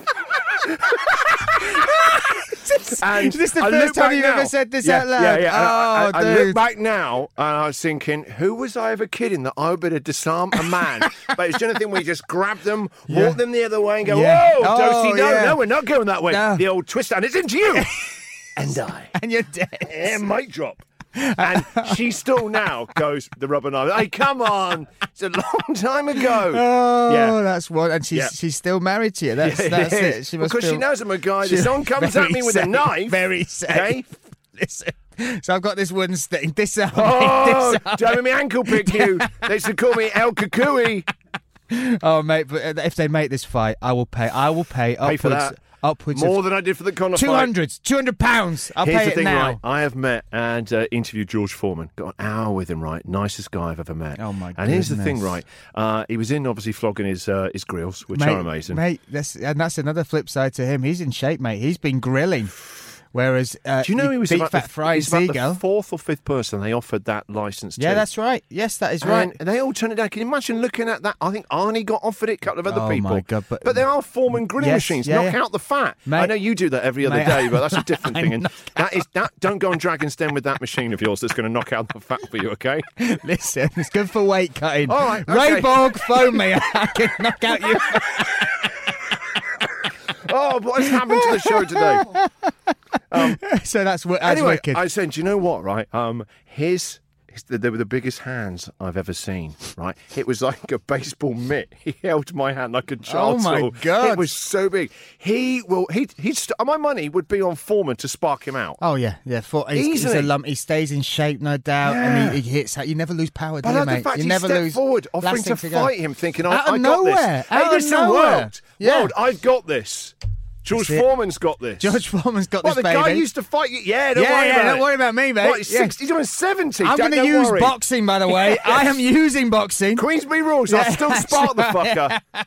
[SPEAKER 1] (laughs)
[SPEAKER 2] (laughs)
[SPEAKER 1] and
[SPEAKER 2] Is this the
[SPEAKER 1] I
[SPEAKER 2] first
[SPEAKER 1] look
[SPEAKER 2] time
[SPEAKER 1] back
[SPEAKER 2] you've
[SPEAKER 1] now-
[SPEAKER 2] ever said this
[SPEAKER 1] Yeah,
[SPEAKER 2] out loud?
[SPEAKER 1] Yeah, yeah. and I,
[SPEAKER 2] Oh,
[SPEAKER 1] I- I
[SPEAKER 2] dude.
[SPEAKER 1] look back now and I was thinking, who was I ever kidding that I would have disarmed
[SPEAKER 2] (laughs)
[SPEAKER 1] a man? but it's the only thing we just grab them,
[SPEAKER 2] Yeah.
[SPEAKER 1] walk them the other way, and go,
[SPEAKER 2] Yeah.
[SPEAKER 1] whoa,
[SPEAKER 2] Oh,
[SPEAKER 1] do no,
[SPEAKER 2] yeah.
[SPEAKER 1] no, we're not going that way.
[SPEAKER 2] No.
[SPEAKER 1] The old twist, and it's
[SPEAKER 2] (laughs)
[SPEAKER 1] into you. and I.
[SPEAKER 2] and you're dead.
[SPEAKER 1] Air mic drop.
[SPEAKER 2] (laughs)
[SPEAKER 1] And she still now goes the rubber knife. Hey, come on! It's a long time ago.
[SPEAKER 2] (laughs) Oh,
[SPEAKER 1] yeah.
[SPEAKER 2] that's what, and she's
[SPEAKER 1] Yeah.
[SPEAKER 2] she's still married to you. That's
[SPEAKER 1] Yeah,
[SPEAKER 2] that's
[SPEAKER 1] yeah.
[SPEAKER 2] it. She must
[SPEAKER 1] because she
[SPEAKER 2] feel-
[SPEAKER 1] knows I'm a guy.
[SPEAKER 2] she-
[SPEAKER 1] The son
[SPEAKER 2] (laughs)
[SPEAKER 1] comes
[SPEAKER 2] very
[SPEAKER 1] at me with a
[SPEAKER 2] safe,
[SPEAKER 1] knife.
[SPEAKER 2] Very safe.
[SPEAKER 1] Okay?
[SPEAKER 2] Listen, so I've got this wooden stick. Disarm (laughs)
[SPEAKER 1] Oh,
[SPEAKER 2] me. Disarm
[SPEAKER 1] don't make me
[SPEAKER 2] (laughs)
[SPEAKER 1] ankle pick you. They used to call me El Kukui.
[SPEAKER 2] Oh, mate, but uh, if they make this fight, I will pay. I will pay upwards.
[SPEAKER 1] Pay for that.
[SPEAKER 2] Upwards
[SPEAKER 1] More
[SPEAKER 2] of
[SPEAKER 1] than I did for the Connor
[SPEAKER 2] two hundred, two hundred pounds. I'll
[SPEAKER 1] Here's
[SPEAKER 2] pay
[SPEAKER 1] the
[SPEAKER 2] it
[SPEAKER 1] thing,
[SPEAKER 2] now.
[SPEAKER 1] right? I have met and uh, interviewed George Foreman. Got an hour with him, right? Nicest guy I've ever met.
[SPEAKER 2] Oh, my
[SPEAKER 1] And here's the thing,
[SPEAKER 2] goodness.
[SPEAKER 1] right? Uh, he was in obviously flogging his uh, his grills, which
[SPEAKER 2] mate,
[SPEAKER 1] are amazing.
[SPEAKER 2] mate. That's and that's another flip side to him. He's in shape, mate. He's been grilling. Whereas, uh,
[SPEAKER 1] Do you know he was
[SPEAKER 2] big
[SPEAKER 1] about,
[SPEAKER 2] fat
[SPEAKER 1] the,
[SPEAKER 2] fries
[SPEAKER 1] he's about the
[SPEAKER 2] eagle?
[SPEAKER 1] fourth or fifth person they offered that license
[SPEAKER 2] Yeah,
[SPEAKER 1] to?
[SPEAKER 2] that's right. Yes, that is right.
[SPEAKER 1] Right, and they all turned it down. Can you imagine looking at that? I think Arnie got offered it, a couple of other
[SPEAKER 2] Oh,
[SPEAKER 1] people.
[SPEAKER 2] my God, but-
[SPEAKER 1] they are Foreman grilling
[SPEAKER 2] Yes,
[SPEAKER 1] machines.
[SPEAKER 2] yeah,
[SPEAKER 1] knock
[SPEAKER 2] yeah.
[SPEAKER 1] out the fat. I
[SPEAKER 2] Mate-
[SPEAKER 1] know you do that every other
[SPEAKER 2] Mate,
[SPEAKER 1] day, but that's a
[SPEAKER 2] (laughs)
[SPEAKER 1] different
[SPEAKER 2] I
[SPEAKER 1] thing. And
[SPEAKER 2] knock
[SPEAKER 1] that is that. Don't go on Dragon's Den with that machine of yours. That's going to knock out the fat for you. Okay.
[SPEAKER 2] (laughs)
[SPEAKER 1] (laughs)
[SPEAKER 2] Listen, it's good for weight cutting.
[SPEAKER 1] All right, okay.
[SPEAKER 2] Ray Borg, phone me. (laughs) I can knock out you.
[SPEAKER 1] (laughs) Oh, what has happened to the show today?
[SPEAKER 2] so that's, wi- that's
[SPEAKER 1] anyway,
[SPEAKER 2] wicked.
[SPEAKER 1] I said, do you know what? Right, um, his. his- They were the biggest hands I've ever seen, right? It was like a baseball mitt. He held my hand like a
[SPEAKER 2] Oh,
[SPEAKER 1] child.
[SPEAKER 2] my God.
[SPEAKER 1] It was so big. He will. He. He. St- my money would be on Foreman to spark him out.
[SPEAKER 2] Oh yeah, yeah. For, he's, he's
[SPEAKER 1] Easily.
[SPEAKER 2] a lump. He stays in shape, no doubt.
[SPEAKER 1] Yeah.
[SPEAKER 2] And he, he hits. You never lose power, do
[SPEAKER 1] But I
[SPEAKER 2] you,
[SPEAKER 1] love
[SPEAKER 2] mate?
[SPEAKER 1] the fact
[SPEAKER 2] you
[SPEAKER 1] he
[SPEAKER 2] never
[SPEAKER 1] stepped
[SPEAKER 2] lose.
[SPEAKER 1] forward
[SPEAKER 2] Last
[SPEAKER 1] offering
[SPEAKER 2] thing
[SPEAKER 1] to fight
[SPEAKER 2] go.
[SPEAKER 1] him, thinking,
[SPEAKER 2] out
[SPEAKER 1] I,
[SPEAKER 2] of
[SPEAKER 1] I
[SPEAKER 2] nowhere,
[SPEAKER 1] got this.
[SPEAKER 2] out
[SPEAKER 1] hey,
[SPEAKER 2] of
[SPEAKER 1] this
[SPEAKER 2] nowhere.
[SPEAKER 1] world.
[SPEAKER 2] Yeah.
[SPEAKER 1] World, I've got this. George
[SPEAKER 2] That's it.
[SPEAKER 1] Foreman's got this.
[SPEAKER 2] George Foreman's got
[SPEAKER 1] What,
[SPEAKER 2] this
[SPEAKER 1] the guy
[SPEAKER 2] baby.
[SPEAKER 1] used to fight you? Yeah, don't
[SPEAKER 2] Yeah,
[SPEAKER 1] worry
[SPEAKER 2] yeah,
[SPEAKER 1] about
[SPEAKER 2] don't
[SPEAKER 1] it.
[SPEAKER 2] worry about me, mate.
[SPEAKER 1] What, he's,
[SPEAKER 2] Yeah.
[SPEAKER 1] 60, he's almost 70.
[SPEAKER 2] I'm
[SPEAKER 1] going to
[SPEAKER 2] use
[SPEAKER 1] worry.
[SPEAKER 2] boxing, by the way.
[SPEAKER 1] (laughs)
[SPEAKER 2] I am using boxing.
[SPEAKER 1] Queensbury rules. I'll
[SPEAKER 2] Yeah,
[SPEAKER 1] still
[SPEAKER 2] that's
[SPEAKER 1] spark the
[SPEAKER 2] right. (laughs)
[SPEAKER 1] fucker.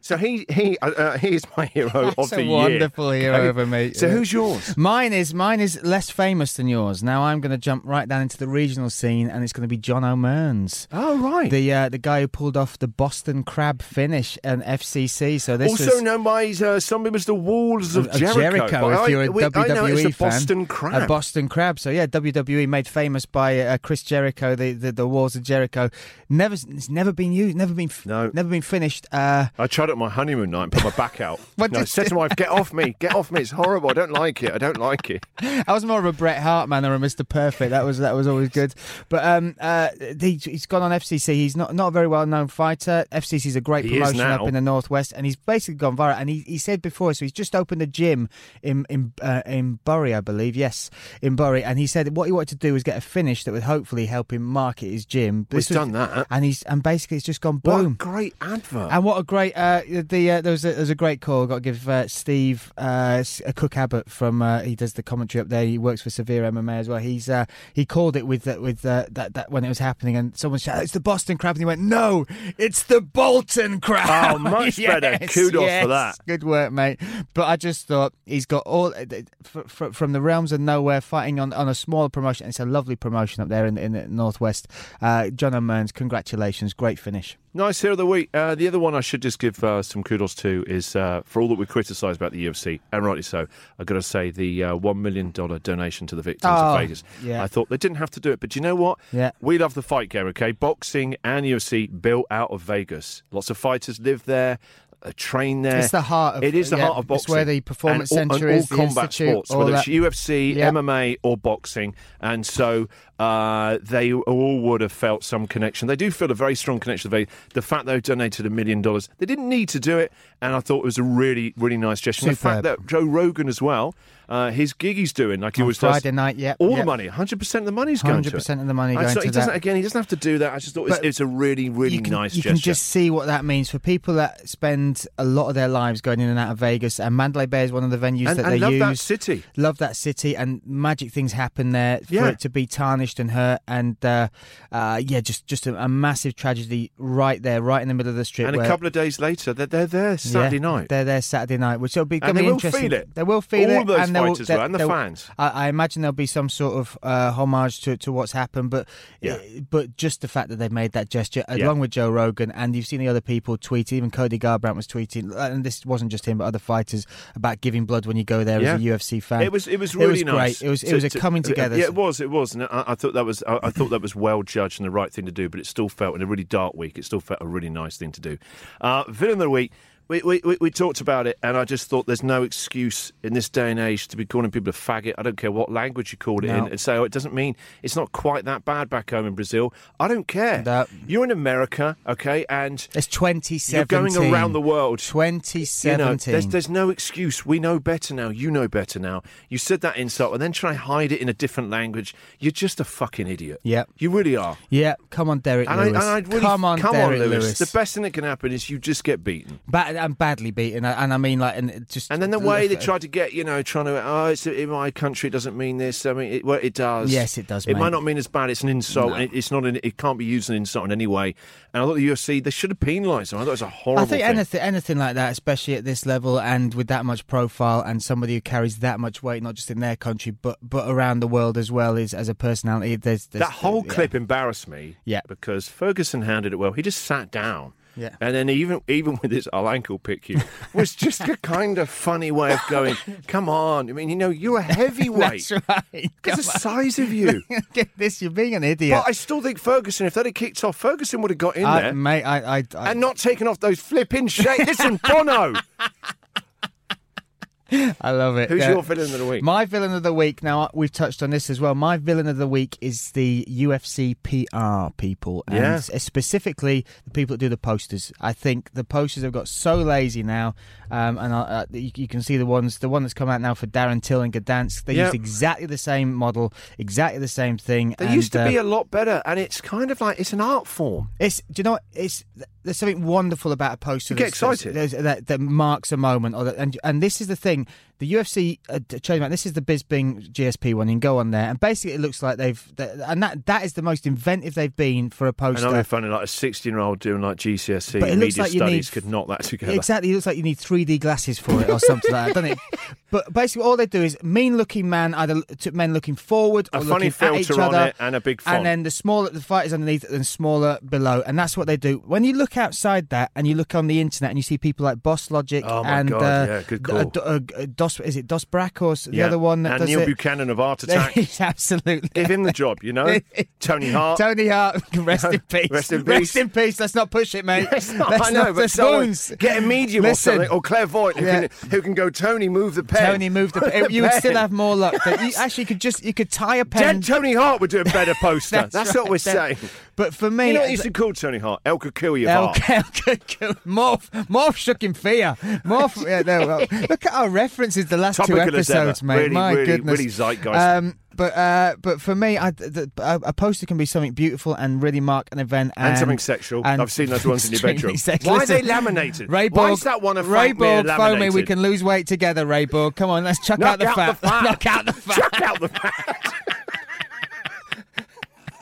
[SPEAKER 1] So he he uh, uh, he is my hero of
[SPEAKER 2] That's
[SPEAKER 1] the
[SPEAKER 2] a
[SPEAKER 1] year.
[SPEAKER 2] wonderful hero
[SPEAKER 1] Okay?
[SPEAKER 2] ever, mate.
[SPEAKER 1] So
[SPEAKER 2] Yeah.
[SPEAKER 1] who's yours?
[SPEAKER 2] Mine is mine is less famous than yours. Now I'm going to jump right down into the regional scene, and it's going to be John O'Mearns.
[SPEAKER 1] Oh right.
[SPEAKER 2] The uh, the guy who pulled off the Boston Crab finish and FCC. So this
[SPEAKER 1] also
[SPEAKER 2] was
[SPEAKER 1] known by his, uh, somebody was the walls of,
[SPEAKER 2] of Jericho.
[SPEAKER 1] But
[SPEAKER 2] If you're a
[SPEAKER 1] I, we-
[SPEAKER 2] WWE
[SPEAKER 1] I know it's
[SPEAKER 2] fan,
[SPEAKER 1] a Boston crab.
[SPEAKER 2] a Boston crab. So yeah, WWE made famous by uh, Chris Jericho, the, the the walls of Jericho. Never, it's never been used. Never been, f-
[SPEAKER 1] No.
[SPEAKER 2] never been finished. Uh,
[SPEAKER 1] I tried it on my honeymoon night and put my back out.
[SPEAKER 2] (laughs) What
[SPEAKER 1] no, I
[SPEAKER 2] did
[SPEAKER 1] said to my wife, get off me, get off me. It's horrible. I don't like it. I don't like it.
[SPEAKER 2] I was more of a Bret Hart man or a Mr. Perfect. That was that was always good. But um, uh, he, he's gone on FCC. He's not not a very well known fighter. FCC's a great
[SPEAKER 1] He is
[SPEAKER 2] promotion
[SPEAKER 1] now.
[SPEAKER 2] up in the northwest, and he's basically gone viral. And he, he said before, so he's just opened a gym in in uh, in Bury, I believe. Yes, in Bury, and he said what he wanted to do was get a finish that would hopefully help him market his gym.
[SPEAKER 1] We've
[SPEAKER 2] This was-
[SPEAKER 1] done that.
[SPEAKER 2] and he's and basically it's just gone
[SPEAKER 1] What a
[SPEAKER 2] boom.
[SPEAKER 1] great advert.
[SPEAKER 2] And what a great uh, the uh, there was a, there was a great call. Got to give uh, Steve uh, S- uh, Cook Abbott from uh, he does the commentary up there. He works for Severe MMA as well. He's uh, he called it with uh, with uh, that that when it was happening, and someone shouted, "It's the Boston Crab," and he went, "No, it's the Bolton Crab." (laughs)
[SPEAKER 1] Oh, much better. Kudos for that.
[SPEAKER 2] Good work, mate. But I just thought he's got all uh, fr- fr- from the realms of nowhere fighting on, on a small promotion. It's a lovely promotion up there in, the- in the northwest. Uh, John O'Mearns, congratulations, great finish.
[SPEAKER 1] Nice hero of the week. Uh, the other one I should just give uh, some kudos to is uh, for all that we criticise about the UFC, and rightly so. I've got to say the uh, one million dollar donation to the victims
[SPEAKER 2] Oh,
[SPEAKER 1] of Vegas.
[SPEAKER 2] yeah.
[SPEAKER 1] I thought they didn't have to do it, but do you know what?
[SPEAKER 2] Yeah.
[SPEAKER 1] we love the fight game. Okay, boxing and UFC built out of Vegas. Lots of fighters live there. a train there.
[SPEAKER 2] It's the heart of-
[SPEAKER 1] it is the
[SPEAKER 2] yeah,
[SPEAKER 1] heart of boxing.
[SPEAKER 2] it's where the Performance
[SPEAKER 1] and all,
[SPEAKER 2] Centre
[SPEAKER 1] and
[SPEAKER 2] is, the
[SPEAKER 1] all combat
[SPEAKER 2] Institute,
[SPEAKER 1] sports,
[SPEAKER 2] all
[SPEAKER 1] whether
[SPEAKER 2] that.
[SPEAKER 1] it's UFC,
[SPEAKER 2] Yeah.
[SPEAKER 1] MMA, or boxing. And so uh, they all would have felt some connection. They do feel a very strong connection. They, the fact they donated a million dollars, they didn't need to do it, and I thought it was a really, really nice gesture. And The fact
[SPEAKER 2] Superb.
[SPEAKER 1] that Joe Rogan as well, uh, his gig he's doing, like he
[SPEAKER 2] On
[SPEAKER 1] always does,
[SPEAKER 2] Friday night, yep,
[SPEAKER 1] all the
[SPEAKER 2] yep.
[SPEAKER 1] money, hundred percent of the money's going to it.
[SPEAKER 2] 100% of the money
[SPEAKER 1] And
[SPEAKER 2] going
[SPEAKER 1] so he
[SPEAKER 2] to
[SPEAKER 1] doesn't
[SPEAKER 2] that.
[SPEAKER 1] again. He doesn't have to do that. I just thought it was,
[SPEAKER 2] But
[SPEAKER 1] it was a really, really
[SPEAKER 2] you can,
[SPEAKER 1] nice
[SPEAKER 2] you
[SPEAKER 1] gesture.
[SPEAKER 2] can just see what that means for people that spend a lot of their lives going in and out of Vegas, and Mandalay Bay is one of the venues that
[SPEAKER 1] And- and
[SPEAKER 2] they
[SPEAKER 1] love
[SPEAKER 2] use.
[SPEAKER 1] that city.
[SPEAKER 2] love that city, and magic things happen there for
[SPEAKER 1] Yeah.
[SPEAKER 2] it to be tarnished and hurt, and uh, uh, yeah, just just a, a massive tragedy right there, right in the middle of the strip.
[SPEAKER 1] and a
[SPEAKER 2] where-
[SPEAKER 1] couple of days later, they're, they're there
[SPEAKER 2] yeah,
[SPEAKER 1] Saturday night.
[SPEAKER 2] They're there Saturday night, which will be gonna
[SPEAKER 1] they
[SPEAKER 2] be
[SPEAKER 1] will
[SPEAKER 2] interesting.
[SPEAKER 1] feel it.
[SPEAKER 2] They will feel
[SPEAKER 1] All
[SPEAKER 2] it.
[SPEAKER 1] of those
[SPEAKER 2] and they will-
[SPEAKER 1] fighters
[SPEAKER 2] they-
[SPEAKER 1] will, and the
[SPEAKER 2] they will-
[SPEAKER 1] fans.
[SPEAKER 2] I, I imagine there'll be some sort of uh, homage to, to what's happened, but eh,
[SPEAKER 1] Yeah.
[SPEAKER 2] but just the fact that they've made that gesture,
[SPEAKER 1] Yeah.
[SPEAKER 2] along with Joe Rogan, and you've seen the other people tweet. Even Cody Garbrandt was tweeting, uh, and this wasn't just him, but other fighters about giving blood when you go there as a
[SPEAKER 1] Yeah.
[SPEAKER 2] UFC fan.
[SPEAKER 1] It was it was really
[SPEAKER 2] it was
[SPEAKER 1] nice.
[SPEAKER 2] Great. It was it
[SPEAKER 1] to-
[SPEAKER 2] was a
[SPEAKER 1] to- uh,
[SPEAKER 2] coming together.
[SPEAKER 1] Yeah, it was. It was. And I, I thought that was I, I thought that was well judged and the right thing to do. But it still felt in a really dark week. It still felt a really nice thing to do. Uh, villain of the week. We, we, we, we talked about it, and I just thought there's no excuse in this day and age to be calling people a faggot. I don't care what language you called it in,
[SPEAKER 2] No.
[SPEAKER 1] and say, oh, it doesn't mean it's not quite that bad back home in Brazil. I don't care.
[SPEAKER 2] No.
[SPEAKER 1] You're in America, okay, and
[SPEAKER 2] It's twenty
[SPEAKER 1] you're going around the world.
[SPEAKER 2] Twenty
[SPEAKER 1] You know,
[SPEAKER 2] seventeen.
[SPEAKER 1] there's, there's no excuse. We know better now. You know better now. You said that insult and then try and hide it in a different language. You're just a fucking idiot.
[SPEAKER 2] Yep.
[SPEAKER 1] You really are.
[SPEAKER 2] yeah, come on, Derek
[SPEAKER 1] And, I,
[SPEAKER 2] Lewis.
[SPEAKER 1] and I'd really
[SPEAKER 2] come on, Derek
[SPEAKER 1] Lewis.
[SPEAKER 2] Lewis.
[SPEAKER 1] The best thing that can happen is you just get beaten.
[SPEAKER 2] Bad, and badly beaten, and I mean like, and it just
[SPEAKER 1] And then the way they tried to get, you know, trying to, oh, it's in my country it doesn't mean this. I mean, it, well, it does.
[SPEAKER 2] Yes, it does,
[SPEAKER 1] It might
[SPEAKER 2] mate.
[SPEAKER 1] not mean as bad. It's an insult. And it, it's not. An, it can't be used as an insult in any way. And I thought the UFC they should have penalised them. I thought it was a horrible.
[SPEAKER 2] I think
[SPEAKER 1] thing.
[SPEAKER 2] anything, anything like that, especially at this level and with that much profile and somebody who carries that much weight, not just in their country but but around the world as well, is as a personality. There's, there's
[SPEAKER 1] that whole
[SPEAKER 2] yeah.
[SPEAKER 1] clip embarrassed me.
[SPEAKER 2] Yeah.
[SPEAKER 1] Because Ferguson handled it well. He just sat down.
[SPEAKER 2] Yeah.
[SPEAKER 1] And then even even with his I'll ankle pick you was just a kind of funny way of
[SPEAKER 2] (laughs)
[SPEAKER 1] going, come on. I mean, you know, you're a heavyweight.
[SPEAKER 2] That's right.
[SPEAKER 1] Look at the size of you.
[SPEAKER 2] (laughs) Get this, you're being an idiot,
[SPEAKER 1] But I still think Ferguson, if that had kicked off, Ferguson would have got in
[SPEAKER 2] I-
[SPEAKER 1] there
[SPEAKER 2] mate. I, I, I
[SPEAKER 1] and not taken off those flipping shades. Listen,
[SPEAKER 2] (laughs)
[SPEAKER 1] Bono.
[SPEAKER 2] I love it.
[SPEAKER 1] Who's
[SPEAKER 2] Yeah.
[SPEAKER 1] your villain of the week?
[SPEAKER 2] My villain of the week. Now we've touched on this as well. My villain of the week is the UFC PR people, and
[SPEAKER 1] Yeah.
[SPEAKER 2] s- specifically the people that do the posters. I think the posters have got so lazy now, um, and I, uh, you, you can see the ones. The one that's come out now for Darren Till and Gdansk. They
[SPEAKER 1] Yeah.
[SPEAKER 2] used exactly the same model, exactly the same thing.
[SPEAKER 1] They
[SPEAKER 2] and,
[SPEAKER 1] used to
[SPEAKER 2] uh,
[SPEAKER 1] be a lot better, and it's kind of like it's an art form.
[SPEAKER 2] it's do you know what? it's there's something wonderful about a poster.
[SPEAKER 1] You get
[SPEAKER 2] that's- that's-
[SPEAKER 1] excited.
[SPEAKER 2] there's- uh, that, that marks a moment, or that, and and this is the thing. The UFC uh, d- trademark. This is the Bisbing GSP one. You can go on there, and basically it looks like they've that, and that that is the most inventive they've been for a
[SPEAKER 1] And
[SPEAKER 2] poster.
[SPEAKER 1] I'm finding like a 16 year old doing like GCSE
[SPEAKER 2] But it
[SPEAKER 1] and E media
[SPEAKER 2] looks like you
[SPEAKER 1] studies
[SPEAKER 2] need-
[SPEAKER 1] could knock that together.
[SPEAKER 2] Exactly. It looks like you need 3D glasses for it or something like that, doesn't
[SPEAKER 1] (laughs)
[SPEAKER 2] it? But basically, all they do is mean-looking man, either l- to men looking forward,
[SPEAKER 1] A
[SPEAKER 2] or
[SPEAKER 1] funny
[SPEAKER 2] looking at each
[SPEAKER 1] filter on
[SPEAKER 2] other,
[SPEAKER 1] it and a big font.
[SPEAKER 2] and then the smaller the fighters underneath, and smaller below, and that's what they do. When you look outside that, and you look on the internet, and you see people like Boss Logic
[SPEAKER 1] Oh my
[SPEAKER 2] and
[SPEAKER 1] God,
[SPEAKER 2] uh,
[SPEAKER 1] yeah, good
[SPEAKER 2] d- uh,
[SPEAKER 1] call.
[SPEAKER 2] d- uh, g- uh, Dos, is it Dos Bracos, the
[SPEAKER 1] Yeah.
[SPEAKER 2] other one that
[SPEAKER 1] and
[SPEAKER 2] does
[SPEAKER 1] Neil
[SPEAKER 2] it?
[SPEAKER 1] Buchanan
[SPEAKER 2] (laughs)
[SPEAKER 1] of Art Attack.
[SPEAKER 2] Absolutely. (laughs)
[SPEAKER 1] Give him the job, you know. Tony Hart.
[SPEAKER 2] Tony Hart, (laughs) rest in peace.
[SPEAKER 1] Rest in peace.
[SPEAKER 2] Rest in peace. Let's not push it,
[SPEAKER 1] (laughs)
[SPEAKER 2] mate.
[SPEAKER 1] It's not-
[SPEAKER 2] Let's
[SPEAKER 1] I know,
[SPEAKER 2] not
[SPEAKER 1] but
[SPEAKER 2] there's
[SPEAKER 1] someone-
[SPEAKER 2] wounds.
[SPEAKER 1] get a medium
[SPEAKER 2] Listen.
[SPEAKER 1] or something, or clairvoyant who,
[SPEAKER 2] Yeah.
[SPEAKER 1] can, who can go. Tony, move (laughs) the pen.
[SPEAKER 2] Tony moved the,
[SPEAKER 1] Move
[SPEAKER 2] You would still
[SPEAKER 1] pen."
[SPEAKER 2] have more luck. But you actually could just you could tie a pen.
[SPEAKER 1] Dead
[SPEAKER 2] (laughs)
[SPEAKER 1] Tony Hart would do a better poster. that's what
[SPEAKER 2] right,
[SPEAKER 1] we're
[SPEAKER 2] dead-
[SPEAKER 1] saying.
[SPEAKER 2] But for me,
[SPEAKER 1] You know what you used to call Tony Hart? El Kikuyu of Art.
[SPEAKER 2] Okay, okay, good. Morph, Morph shook in fear. Morph, yeah, no,
[SPEAKER 1] (laughs)
[SPEAKER 2] well, look at our references the last two
[SPEAKER 1] Topical as
[SPEAKER 2] episodes,
[SPEAKER 1] ever.
[SPEAKER 2] mate.
[SPEAKER 1] Really,
[SPEAKER 2] My
[SPEAKER 1] really,
[SPEAKER 2] goodness,
[SPEAKER 1] really zeitgeist.
[SPEAKER 2] Um, but uh, but for me, I, the, a a poster can be something beautiful and really mark an event and,
[SPEAKER 1] And, something sexual.
[SPEAKER 2] and
[SPEAKER 1] I've seen those
[SPEAKER 2] (laughs)
[SPEAKER 1] ones in your
[SPEAKER 2] extremely
[SPEAKER 1] bedroom.
[SPEAKER 2] sexual.
[SPEAKER 1] Why are they
[SPEAKER 2] Listen,
[SPEAKER 1] laminated?
[SPEAKER 2] Ray Borg,
[SPEAKER 1] Why is that one a
[SPEAKER 2] Ray
[SPEAKER 1] Frank Mir
[SPEAKER 2] Borg, phone me.
[SPEAKER 1] laminated?
[SPEAKER 2] We can lose weight together, Ray Borg. Come on, let's chuck out
[SPEAKER 1] Knock
[SPEAKER 2] the fat. (laughs)
[SPEAKER 1] out the fat.
[SPEAKER 2] Knock out the fat.
[SPEAKER 1] Chuck out the fat.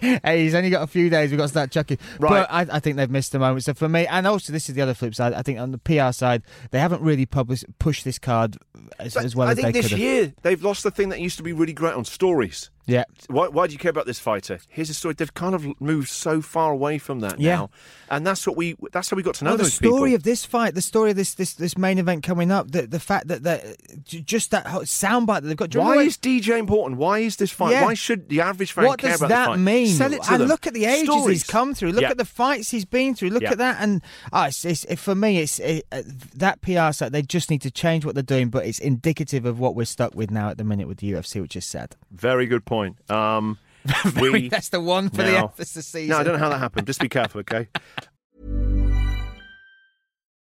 [SPEAKER 2] hey, he's only got a few days. We've got to start chucking.
[SPEAKER 1] Right.
[SPEAKER 2] But I, I think they've missed the moment. So for me, and also this is the other flip side. I think on the PR side, they haven't really published pushed this card as, as well
[SPEAKER 1] I
[SPEAKER 2] as
[SPEAKER 1] think
[SPEAKER 2] they
[SPEAKER 1] this
[SPEAKER 2] could have.
[SPEAKER 1] year they've lost the thing that used to be really great on stories.
[SPEAKER 2] Yeah.
[SPEAKER 1] Why, why do you care about this fighter? Here's the story. They've kind of moved so far away from that
[SPEAKER 2] Yeah.
[SPEAKER 1] now, and that's what we—that's how we got to know
[SPEAKER 2] Well, the
[SPEAKER 1] those
[SPEAKER 2] story
[SPEAKER 1] people.
[SPEAKER 2] of this fight, the story of this this, this main event coming up, the, the fact that that j- just that whole soundbite that they've got. Do you
[SPEAKER 1] why
[SPEAKER 2] remember when-
[SPEAKER 1] is DJ important? Why is this fight?
[SPEAKER 2] Yeah.
[SPEAKER 1] Why should the average fan
[SPEAKER 2] what
[SPEAKER 1] care
[SPEAKER 2] does
[SPEAKER 1] about
[SPEAKER 2] that
[SPEAKER 1] the fight?
[SPEAKER 2] mean?
[SPEAKER 1] Sell it to
[SPEAKER 2] and
[SPEAKER 1] them.
[SPEAKER 2] look at the ages he's
[SPEAKER 1] Stories.
[SPEAKER 2] come through. Look
[SPEAKER 1] Yeah.
[SPEAKER 2] at the fights he's been through. Look
[SPEAKER 1] Yeah.
[SPEAKER 2] at that, and oh, it's, it's, it- for me, it's it, uh, that PR site. They just need to change what they're doing, but it's indicative of what we're stuck with now at the minute with the UFC, which is sad. (laughs)
[SPEAKER 1] Very good point. Um, we
[SPEAKER 2] That's the one for the
[SPEAKER 1] now-
[SPEAKER 2] end of the season.
[SPEAKER 1] No, I
[SPEAKER 2] (laughs)
[SPEAKER 1] don't know how that happened. Just be careful, okay?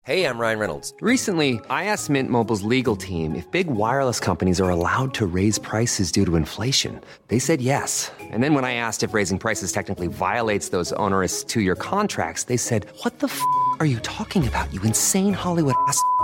[SPEAKER 3] Hey, I'm Ryan Reynolds. Recently, I asked Mint Mobile's legal team if big wireless companies are allowed to raise prices due to inflation. They said yes. And then when I asked if raising prices technically violates those onerous two year contracts, they said, What the f are you talking about, you insane Hollywood ass? f- a-"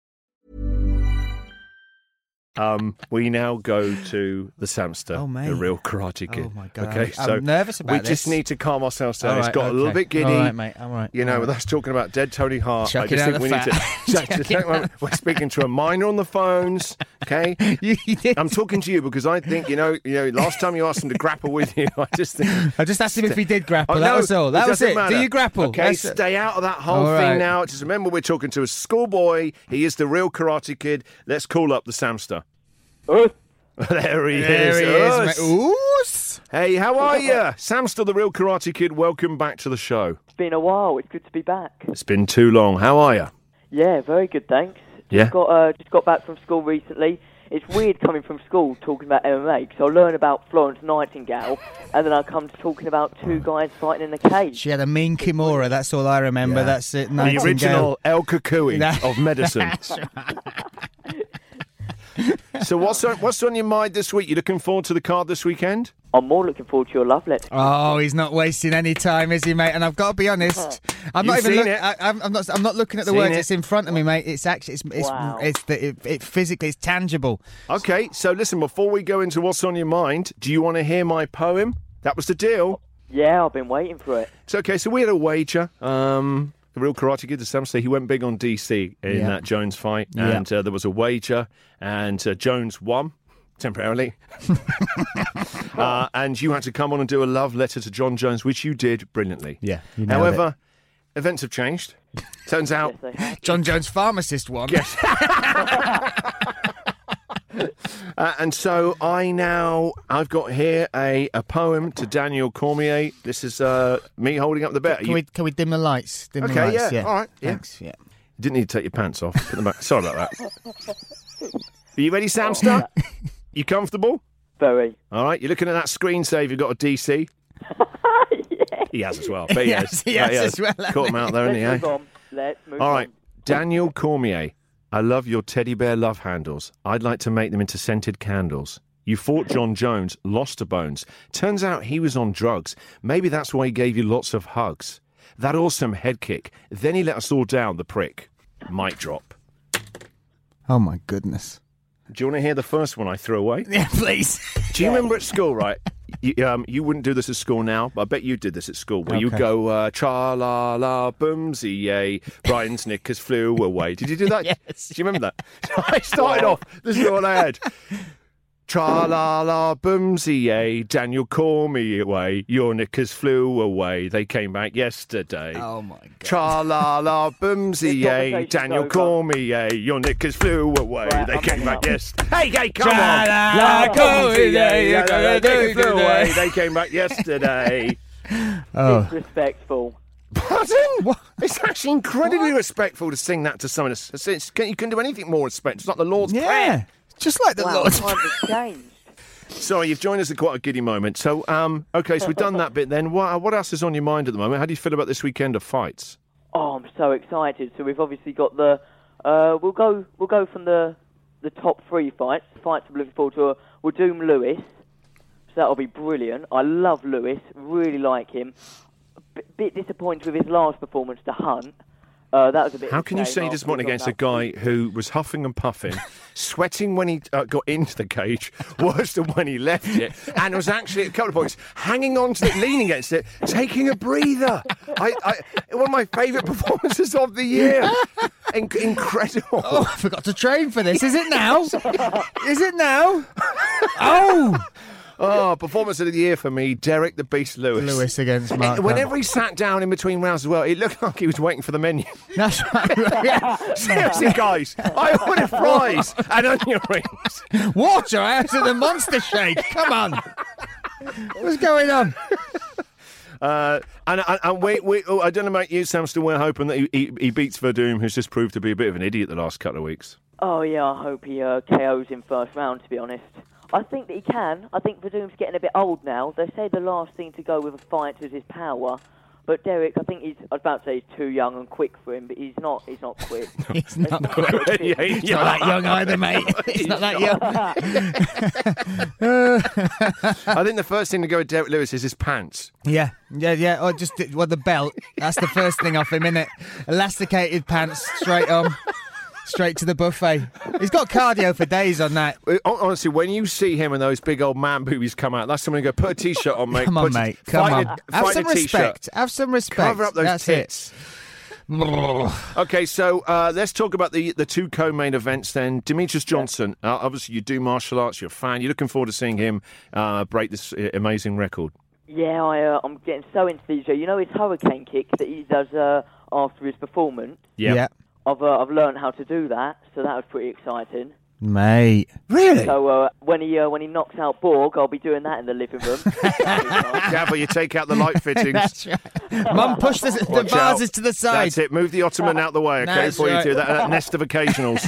[SPEAKER 1] Um, we now go to the Samster,
[SPEAKER 2] Oh, mate.
[SPEAKER 1] the real Karate Kid.
[SPEAKER 2] Oh, my God.
[SPEAKER 1] Okay,
[SPEAKER 2] I'm
[SPEAKER 1] so
[SPEAKER 2] nervous about
[SPEAKER 1] We
[SPEAKER 2] this.
[SPEAKER 1] just need to calm ourselves down.
[SPEAKER 2] All
[SPEAKER 1] it's
[SPEAKER 2] right,
[SPEAKER 1] got a little
[SPEAKER 2] okay.
[SPEAKER 1] bit giddy.
[SPEAKER 2] All right, mate. I'm all right.
[SPEAKER 1] You know,
[SPEAKER 2] All right.
[SPEAKER 1] with us talking about dead Tony Hart, I
[SPEAKER 2] Chuck it
[SPEAKER 1] just
[SPEAKER 2] out
[SPEAKER 1] think we
[SPEAKER 2] the
[SPEAKER 1] need (laughs)
[SPEAKER 2] fat. (laughs)
[SPEAKER 1] to.
[SPEAKER 2] Chuck it
[SPEAKER 1] we're speaking to a minor on the phones. Okay,
[SPEAKER 2] (laughs) You did.
[SPEAKER 1] (laughs) I'm talking to you because I think you know. You know, last time you asked him to grapple with you, I just think.
[SPEAKER 2] I just asked him if he did grapple.
[SPEAKER 1] Oh,
[SPEAKER 2] that
[SPEAKER 1] no,
[SPEAKER 2] was all. That was
[SPEAKER 1] doesn't
[SPEAKER 2] it.
[SPEAKER 1] matter.
[SPEAKER 2] Do you grapple?
[SPEAKER 1] Okay,
[SPEAKER 2] That's it.
[SPEAKER 1] stay out of that whole
[SPEAKER 2] All
[SPEAKER 1] thing
[SPEAKER 2] right.
[SPEAKER 1] now. Just remember, we're talking to a schoolboy. He is the real Karate Kid. Let's call up the Samster. (laughs) there he
[SPEAKER 2] There
[SPEAKER 1] is.
[SPEAKER 2] he is.
[SPEAKER 1] Us.
[SPEAKER 2] mate. Oos.
[SPEAKER 1] Hey, how are you? Samster, the real Karate Kid, welcome back to the show.
[SPEAKER 4] It's been a while. It's good to be back.
[SPEAKER 1] It's been too long. How are you?
[SPEAKER 4] Yeah, very good. Thanks. Just
[SPEAKER 1] Yeah.
[SPEAKER 4] Got uh, just got back from school recently. It's weird coming from school talking about MMA because I learn about Florence Nightingale, and then I come to talking about two guys fighting in a cage.
[SPEAKER 2] She had a mean kimura. That's all I remember. That's it.
[SPEAKER 1] The
[SPEAKER 2] Nightingale.
[SPEAKER 1] original El Kukui
[SPEAKER 2] No.
[SPEAKER 1] of medicine. so, what's on, what's on your mind this week? You looking forward to the card this weekend?
[SPEAKER 4] I'm more looking forward to your love letter.
[SPEAKER 2] Oh, he's not wasting any time, is he, mate? And I've got to be honest, I'm not
[SPEAKER 1] You've
[SPEAKER 2] even.
[SPEAKER 1] seen
[SPEAKER 2] Look,
[SPEAKER 1] it.
[SPEAKER 2] I, I'm I'm not. I'm not looking at the
[SPEAKER 1] Seen
[SPEAKER 2] words.
[SPEAKER 1] it.
[SPEAKER 2] It's in front of me, mate. It's actually. It's. It's.
[SPEAKER 4] Wow.
[SPEAKER 2] it's the, it, it physically. It's tangible.
[SPEAKER 1] Okay, so listen, before we go into what's on your mind, do you want to hear my poem? That was the deal.
[SPEAKER 4] Yeah, I've been waiting for it.
[SPEAKER 1] So okay, so we had a wager. Um, the real karate kid, the Samster, he went big on DC in
[SPEAKER 2] Yeah.
[SPEAKER 1] that Jones fight,
[SPEAKER 2] Yeah.
[SPEAKER 1] and uh, there was a wager, and uh, Jones won
[SPEAKER 2] (laughs)
[SPEAKER 1] temporarily. uh, and you had to come on and do a love letter to John Jones, which you did brilliantly.
[SPEAKER 2] Yeah, you nailed
[SPEAKER 1] However, events have changed.
[SPEAKER 2] (laughs)
[SPEAKER 1] Turns out
[SPEAKER 4] Yes, they have.
[SPEAKER 2] John Jones, pharmacist one.
[SPEAKER 1] Uh, and so I now I've got here a, a poem to Daniel Cormier. This is uh, me holding up the bet.
[SPEAKER 2] (laughs) Can
[SPEAKER 1] You
[SPEAKER 2] we? Can we dim the lights? Dim the
[SPEAKER 1] Okay,
[SPEAKER 2] lights.
[SPEAKER 1] yeah, all right, yeah.
[SPEAKER 2] Thanks. Yeah.
[SPEAKER 1] didn't need to take your pants off. Put them back. Sorry about that. Are you ready, Samster? you comfortable?
[SPEAKER 4] (laughs) Very. (laughs)
[SPEAKER 1] All right. You're looking at that screensaver. You've got a DC. He has as
[SPEAKER 2] (laughs)
[SPEAKER 1] well. But he,
[SPEAKER 2] He
[SPEAKER 1] has.
[SPEAKER 2] has, he
[SPEAKER 1] Yeah,
[SPEAKER 2] has as well,
[SPEAKER 1] Caught him out there,
[SPEAKER 4] Let's
[SPEAKER 1] hasn't
[SPEAKER 4] move
[SPEAKER 1] he? eh?
[SPEAKER 4] on. Let's move
[SPEAKER 1] All right,
[SPEAKER 4] on.
[SPEAKER 1] Daniel Cormier. I love your teddy bear love handles. I'd like to make them into scented candles. You fought John Jones, lost to Bones. Turns out he was on drugs. Maybe that's why he gave you lots of hugs. That awesome head kick. Then he let us all down, the prick. Mic drop.
[SPEAKER 2] Oh my goodness. (laughs)
[SPEAKER 1] Do you want to hear the first one I threw away?
[SPEAKER 2] Yeah, please.
[SPEAKER 1] Do you remember at
[SPEAKER 2] (laughs)
[SPEAKER 1] school, right? You, um, you wouldn't do this at school now, but I bet you did this at school, where you
[SPEAKER 2] Okay.
[SPEAKER 1] go, uh, cha la la, boomsy yay, Brian's (laughs) knickers flew away. Did you do that?
[SPEAKER 2] Yes.
[SPEAKER 1] Do you remember
[SPEAKER 2] (laughs)
[SPEAKER 1] that? So (laughs) I started off, this is what I had. Tra la la, boomsy yay, Daniel call me away, your knickers flew away, they came back yesterday.
[SPEAKER 2] Oh my god.
[SPEAKER 1] Tra la la,
[SPEAKER 2] (laughs)
[SPEAKER 1] boomsy
[SPEAKER 4] This
[SPEAKER 1] yay,
[SPEAKER 4] conversation's
[SPEAKER 1] Daniel
[SPEAKER 4] over.
[SPEAKER 1] call me yay, your knickers flew away,
[SPEAKER 4] Right,
[SPEAKER 1] they
[SPEAKER 4] I'm
[SPEAKER 1] came
[SPEAKER 4] hanging
[SPEAKER 1] back
[SPEAKER 4] up.
[SPEAKER 1] yesterday. Hey, hey, come on!
[SPEAKER 2] Tra-la-la, go away, you gotta do today.
[SPEAKER 1] They came back yesterday. Oh.
[SPEAKER 4] Disrespectful.
[SPEAKER 1] Pardon? It's actually incredibly respectful to sing that to someone. It's, it's, it's- you can do anything more respect. It's not the Lord's
[SPEAKER 2] Yeah.
[SPEAKER 1] prayer.
[SPEAKER 2] Just like the
[SPEAKER 4] Wow,
[SPEAKER 2] Lord's.
[SPEAKER 4] times have changed.
[SPEAKER 1] Sorry, you've joined us at quite a giddy moment. So, um, okay, so we've done that bit. Then, what, what else is on your mind at the moment? How do you feel about this weekend of fights?
[SPEAKER 4] Oh, I'm so excited! So we've obviously got the. Uh, we'll go. We'll go from the the top three fights. The fights I'm looking forward to. Are, we'll doom Lewis. So that'll be brilliant. I love Lewis. Really like him. A bit, bit disappointed with his last performance to Hunt. Uh, that was a bit.
[SPEAKER 1] How can you
[SPEAKER 4] insane
[SPEAKER 1] say he doesn't want it
[SPEAKER 4] after we
[SPEAKER 1] against a
[SPEAKER 4] got
[SPEAKER 1] guy who was huffing and puffing, sweating when he uh, got into the cage, (laughs) worse than when he left it, and was actually at a couple of points hanging on to it, leaning against it, taking a breather? I, I, one of my favourite (laughs) performances of the year. In- incredible.
[SPEAKER 2] (laughs) Oh, I forgot to train for this. Is it
[SPEAKER 1] (laughs)
[SPEAKER 2] now? Is it now? (laughs) Oh,
[SPEAKER 1] Oh, performance of the year for me, Derek the Beast Lewis.
[SPEAKER 2] Lewis against
[SPEAKER 1] And
[SPEAKER 2] Mark.
[SPEAKER 1] Whenever he sat down in between rounds as well, it looked like he was waiting for the menu. (laughs)
[SPEAKER 2] Hunt. that's right. (laughs) Yeah.
[SPEAKER 1] Seriously, guys, I ordered fries and onion rings.
[SPEAKER 2] Water out of the monster shake. Come on. What's going on?
[SPEAKER 1] Uh, and and, and we, we, oh, I don't know about you, Samston. We're hoping that he, he, he beats Verdum, who's just proved to be a bit of an idiot the last couple
[SPEAKER 2] (laughs)
[SPEAKER 1] of weeks.
[SPEAKER 4] Oh yeah, I hope he uh, KOs in first round. To be honest, I think that he can. I think Vadum's getting a bit old now. They say the last thing to go with a fight is his power, but Derek, I think he's. I was about to say he's too young and quick for him, but he's not. He's not quick.
[SPEAKER 2] He's not,
[SPEAKER 1] yeah,
[SPEAKER 2] he's not that young either, mate. He's not that young.
[SPEAKER 1] I think the first thing to go with Derek Lewis is his pants.
[SPEAKER 2] Yeah, yeah, yeah. Or just well, the belt. That's the first thing off him, innit? Elasticated pants, straight on, straight to the buffet. He's got cardio for days on that.
[SPEAKER 1] Uh, hon- Honestly, when you see him and those big old man boobies come out, that's someone go put a t-shirt on, mate.
[SPEAKER 2] Come on,
[SPEAKER 1] Put a-
[SPEAKER 2] mate. Come
[SPEAKER 1] find
[SPEAKER 2] on.
[SPEAKER 1] a-
[SPEAKER 2] Have
[SPEAKER 1] find
[SPEAKER 2] some
[SPEAKER 1] a t-shirt.
[SPEAKER 2] respect. Have some respect.
[SPEAKER 1] Cover up those
[SPEAKER 2] That's
[SPEAKER 1] tits. Okay, so uh, let's talk about the, the two co-main events then. Demetrius Johnson, uh, obviously you do martial arts, you're a fan. You're looking forward to seeing him uh, break this uh, amazing record.
[SPEAKER 4] Yeah, I, uh, I'm getting so into these. uh, You know his hurricane kick that he does uh, after his performance.
[SPEAKER 2] It. Yeah.
[SPEAKER 4] I've uh, I've learned how to do that, so that was pretty exciting.
[SPEAKER 2] Mate.
[SPEAKER 1] Really?
[SPEAKER 4] So uh, when he uh, when he knocks out Borg, I'll be doing that in the living room. (laughs)
[SPEAKER 1] Gabba, you take out the light
[SPEAKER 2] (laughs)
[SPEAKER 1] fittings.
[SPEAKER 2] That's right. Mum, push the, the
[SPEAKER 1] Watch
[SPEAKER 2] vases
[SPEAKER 1] out.
[SPEAKER 2] to the side.
[SPEAKER 1] That's it. Move the ottoman out the way, okay,
[SPEAKER 2] That's
[SPEAKER 1] before
[SPEAKER 2] right.
[SPEAKER 1] you do that, that nest
[SPEAKER 2] (laughs)
[SPEAKER 1] of occasionals.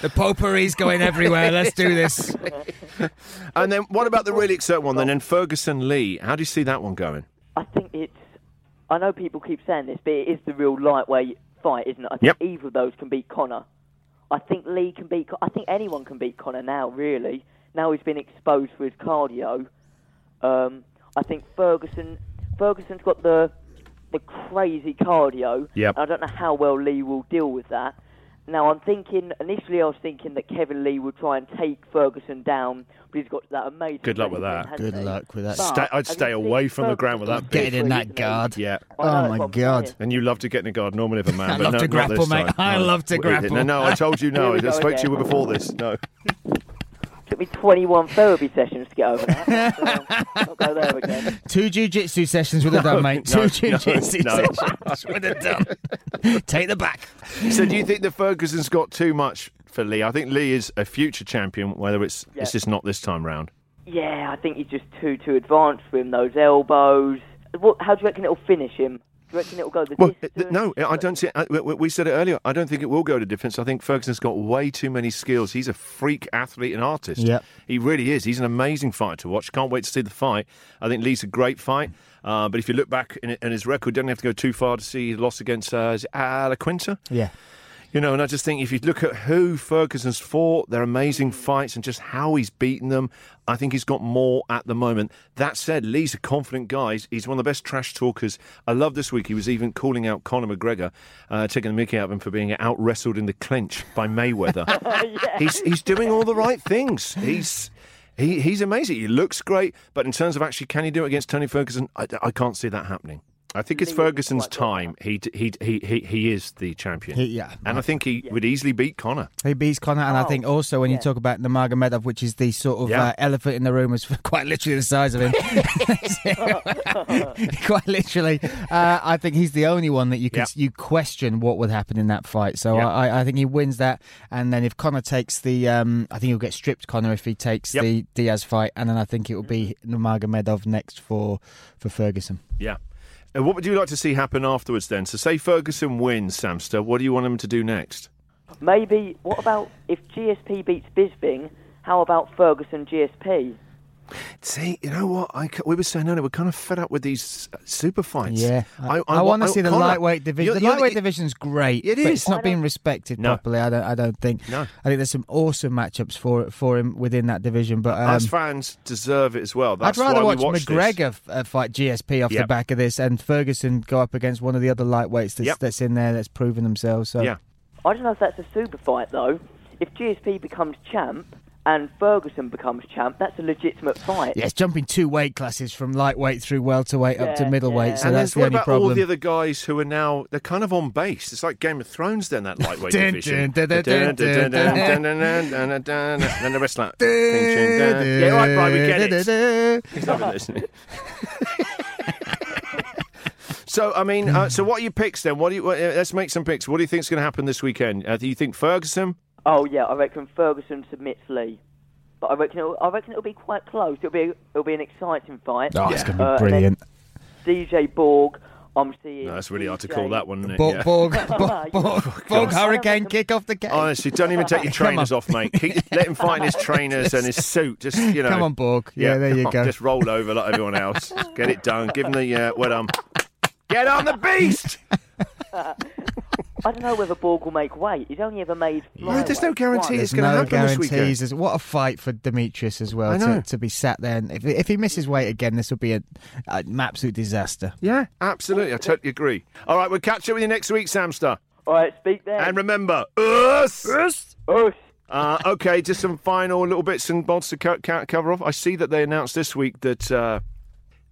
[SPEAKER 2] The potpourri's going everywhere. Let's do
[SPEAKER 1] (laughs)
[SPEAKER 2] this.
[SPEAKER 1] and then what about the really exciting one then? And Ferguson Lee, how do you see that one going?
[SPEAKER 4] I think it's. I know people keep saying this, but it is the real lightweight fight, isn't it? I think
[SPEAKER 1] Yep.
[SPEAKER 4] either of those can beat Connor. I think Lee can beat. Con- I think anyone can beat Connor now. Really, now he's been exposed for his cardio. Um, I think Ferguson. Ferguson's got the the crazy cardio.
[SPEAKER 1] Yep.
[SPEAKER 4] And I don't know how well Lee will deal with that. Now I'm thinking. Initially, I was thinking that Kevin Lee would try and take Ferguson down, but he's got that amazing.
[SPEAKER 1] Good luck with
[SPEAKER 4] leg
[SPEAKER 1] that.
[SPEAKER 4] in, hasn't
[SPEAKER 2] Good
[SPEAKER 4] he?
[SPEAKER 2] luck with that.
[SPEAKER 4] But
[SPEAKER 1] Stay- I'd
[SPEAKER 4] have you
[SPEAKER 1] stay
[SPEAKER 4] seen
[SPEAKER 1] away from the ground with that
[SPEAKER 4] Ferguson's
[SPEAKER 1] big-
[SPEAKER 2] Get it in
[SPEAKER 4] leg,
[SPEAKER 2] that
[SPEAKER 4] isn't he?
[SPEAKER 2] guard.
[SPEAKER 1] Yeah.
[SPEAKER 4] I know,
[SPEAKER 2] Oh,
[SPEAKER 4] that's
[SPEAKER 2] my
[SPEAKER 4] what I'm
[SPEAKER 2] God.
[SPEAKER 4] saying.
[SPEAKER 1] And you love to get in a guard normally of a man.
[SPEAKER 2] I
[SPEAKER 1] but
[SPEAKER 2] love
[SPEAKER 1] no,
[SPEAKER 2] to
[SPEAKER 1] not
[SPEAKER 2] grapple,
[SPEAKER 1] this
[SPEAKER 2] mate.
[SPEAKER 1] time.
[SPEAKER 2] I
[SPEAKER 1] No.
[SPEAKER 2] love to
[SPEAKER 1] No,
[SPEAKER 2] grapple.
[SPEAKER 1] No, no, I told
[SPEAKER 2] (laughs)
[SPEAKER 1] you no.
[SPEAKER 4] Here we
[SPEAKER 1] I
[SPEAKER 4] go
[SPEAKER 1] spoke to you
[SPEAKER 4] again.
[SPEAKER 1] before this. No.
[SPEAKER 4] Took me 21 therapy sessions to get over that.
[SPEAKER 2] (laughs)
[SPEAKER 4] so, I'll go there again.
[SPEAKER 2] Two jiu-jitsu sessions would have done, mate. Two
[SPEAKER 1] no,
[SPEAKER 2] jiu-jitsu
[SPEAKER 1] no.
[SPEAKER 2] sessions would have done.
[SPEAKER 1] (laughs)
[SPEAKER 2] Take the back.
[SPEAKER 1] So do you think that Ferguson's got too much for Lee? I think Lee is a future champion, whether it's
[SPEAKER 4] Yeah.
[SPEAKER 1] it's just not this time round.
[SPEAKER 4] Yeah, I think he's just too too advanced for him. Those elbows. What, how do you reckon it'll finish him? Do you reckon it'll go the
[SPEAKER 1] Well,
[SPEAKER 4] distance?
[SPEAKER 1] th- no,
[SPEAKER 4] uh,
[SPEAKER 1] I don't see. I, we- we said it earlier. I don't think it will go to defence. I think Ferguson's got way too many skills. He's a freak athlete and artist.
[SPEAKER 2] Yep.
[SPEAKER 1] he really is. He's an amazing fighter to watch. Can't wait to see the fight. I think Lee's a great fight. Uh, but if you look back in, in his record, don't have to go too far to see the loss against uh, is it Alaquinta.
[SPEAKER 2] Yeah.
[SPEAKER 1] You know, and I just think if you look at who Ferguson's fought, their amazing fights, and just how he's beaten them, I think he's got more at the moment. That said, Lee's a confident guy. He's- He's one of the best trash talkers. I love this week. He was even calling out Conor McGregor, uh, taking the mickey out of him for being out wrestled in the clinch by Mayweather. He's he's doing all the right things. He's. He, he's amazing. He looks great, but in terms of actually, can he do it against Tony Ferguson? I, I can't see that happening. I think it's
[SPEAKER 4] Lee is
[SPEAKER 1] Ferguson's
[SPEAKER 4] quite good at
[SPEAKER 1] time. He d- he d- he he he is the champion.
[SPEAKER 2] He- yeah.
[SPEAKER 1] and I think he would easily beat Connor.
[SPEAKER 2] He beats Connor, and I think also when you talk about Nurmagomedov, which is the sort of
[SPEAKER 1] Yeah.
[SPEAKER 2] uh, elephant in the room, is (laughs) quite literally the size of him. (laughs) quite literally, uh, I think he's the only one that you can
[SPEAKER 1] Yeah.
[SPEAKER 2] you question what would happen in that fight. So
[SPEAKER 1] Yeah.
[SPEAKER 2] I, I think he wins that, and then if Connor takes the, um, I think he'll get stripped Connor if he takes
[SPEAKER 1] Yep.
[SPEAKER 2] the Diaz fight, and then I think it will be Nurmagomedov next for for Ferguson.
[SPEAKER 1] Yeah. And what would you like to see happen afterwards then? So say Ferguson wins, Samster. What do you want him to do next?
[SPEAKER 4] Maybe. What about if GSP beats Bisbing? How about Ferguson GSP?
[SPEAKER 1] See, you know what? I, ca- we were saying earlier, we're kind of fed up with these uh, super fights.
[SPEAKER 2] Yeah, I, want to see the
[SPEAKER 1] Connor,
[SPEAKER 2] lightweight division.
[SPEAKER 1] you're-
[SPEAKER 2] The
[SPEAKER 1] you're
[SPEAKER 2] lightweight division's great.
[SPEAKER 1] It
[SPEAKER 2] but
[SPEAKER 1] is.
[SPEAKER 2] it's not being respected
[SPEAKER 1] No.
[SPEAKER 2] properly. I don't. I don't think.
[SPEAKER 1] No.
[SPEAKER 2] I think there's some awesome matchups for for him within that division. But um,
[SPEAKER 1] Us fans deserve it as well.
[SPEAKER 2] I'd
[SPEAKER 1] That's
[SPEAKER 2] rather
[SPEAKER 1] why
[SPEAKER 2] watch
[SPEAKER 1] we watch this.
[SPEAKER 2] McGregor f- uh, fight GSP off
[SPEAKER 1] Yep.
[SPEAKER 2] the back of this, and Ferguson go up against one of the other lightweights that's,
[SPEAKER 1] Yep.
[SPEAKER 2] that's in there that's proven themselves. So
[SPEAKER 1] Yeah.
[SPEAKER 4] I don't know if that's a super fight though. If GSP becomes champ and Ferguson becomes champ, that's a legitimate fight.
[SPEAKER 2] Yeah, it's jumping two weight classes from lightweight through welterweight up to
[SPEAKER 4] Yeah,
[SPEAKER 2] middleweight.
[SPEAKER 4] yeah.
[SPEAKER 2] So
[SPEAKER 1] and
[SPEAKER 2] that's
[SPEAKER 1] there's
[SPEAKER 2] the
[SPEAKER 1] what
[SPEAKER 2] only
[SPEAKER 1] about
[SPEAKER 2] problem.
[SPEAKER 1] all the other guys who are now they're kind of on base. It's like Game of Thrones then that
[SPEAKER 2] (laughs)
[SPEAKER 1] lightweight
[SPEAKER 2] Dun,
[SPEAKER 1] division.
[SPEAKER 2] dun, dun, dun, dun, dun.
[SPEAKER 1] Then the
[SPEAKER 2] (laughs)
[SPEAKER 1] rest like ding, ching, dun. Yeah, all right, Brian, we get it. He's loving this, isn't he? (laughs) So I mean, uh, so what are your picks then? What do you? What, uh, let's make some picks. What do you think's going to happen this weekend? Uh, do you think Ferguson?
[SPEAKER 4] Oh yeah, I reckon Ferguson submits Lee. But I reckon it'll, I reckon it'll be quite close. It'll be it'll be an exciting fight.
[SPEAKER 2] Oh, it's going to be
[SPEAKER 4] Uh, and then
[SPEAKER 2] brilliant.
[SPEAKER 4] DJ Borg, I'm seeing.
[SPEAKER 1] No, that's really hard to
[SPEAKER 4] DJ.
[SPEAKER 1] call that one. Isn't it?
[SPEAKER 2] Borg,
[SPEAKER 1] Yeah.
[SPEAKER 2] Borg,
[SPEAKER 4] Yeah.
[SPEAKER 2] Borg, Borg, Borg Hurricane kick off the game.
[SPEAKER 1] Honestly, don't even take
[SPEAKER 2] (laughs)
[SPEAKER 1] your
[SPEAKER 2] Come on.
[SPEAKER 1] trainers off, mate.
[SPEAKER 2] (laughs)
[SPEAKER 1] Keep, let him find his trainers and his suit. Just you know.
[SPEAKER 2] Come on, Borg. Yeah, there
[SPEAKER 1] come
[SPEAKER 2] you
[SPEAKER 1] on,
[SPEAKER 2] go.
[SPEAKER 1] Just roll over like everyone else. Get it done. Give him the uh, well done. Get on the beast.
[SPEAKER 4] I don't know whether Borg will make weight. He's only ever made.
[SPEAKER 1] No, there's no
[SPEAKER 4] flyweight
[SPEAKER 1] guarantee
[SPEAKER 4] once.
[SPEAKER 1] it's
[SPEAKER 2] There's
[SPEAKER 1] going to
[SPEAKER 2] no
[SPEAKER 1] happen this weekend.
[SPEAKER 2] guarantees. There's- What a fight for Demetrius as well
[SPEAKER 1] I know.
[SPEAKER 2] to, to be sat there. And if, if he misses weight again, this will be a, an absolute disaster.
[SPEAKER 1] Yeah, absolutely. I totally agree. All right, we'll catch up with you next week, Samster.
[SPEAKER 4] All right, speak then.
[SPEAKER 1] And remember, us.
[SPEAKER 4] Oosh.
[SPEAKER 1] Uh, okay, just some final little bits and bobs to co- co- cover off. I see that they announced this week that uh,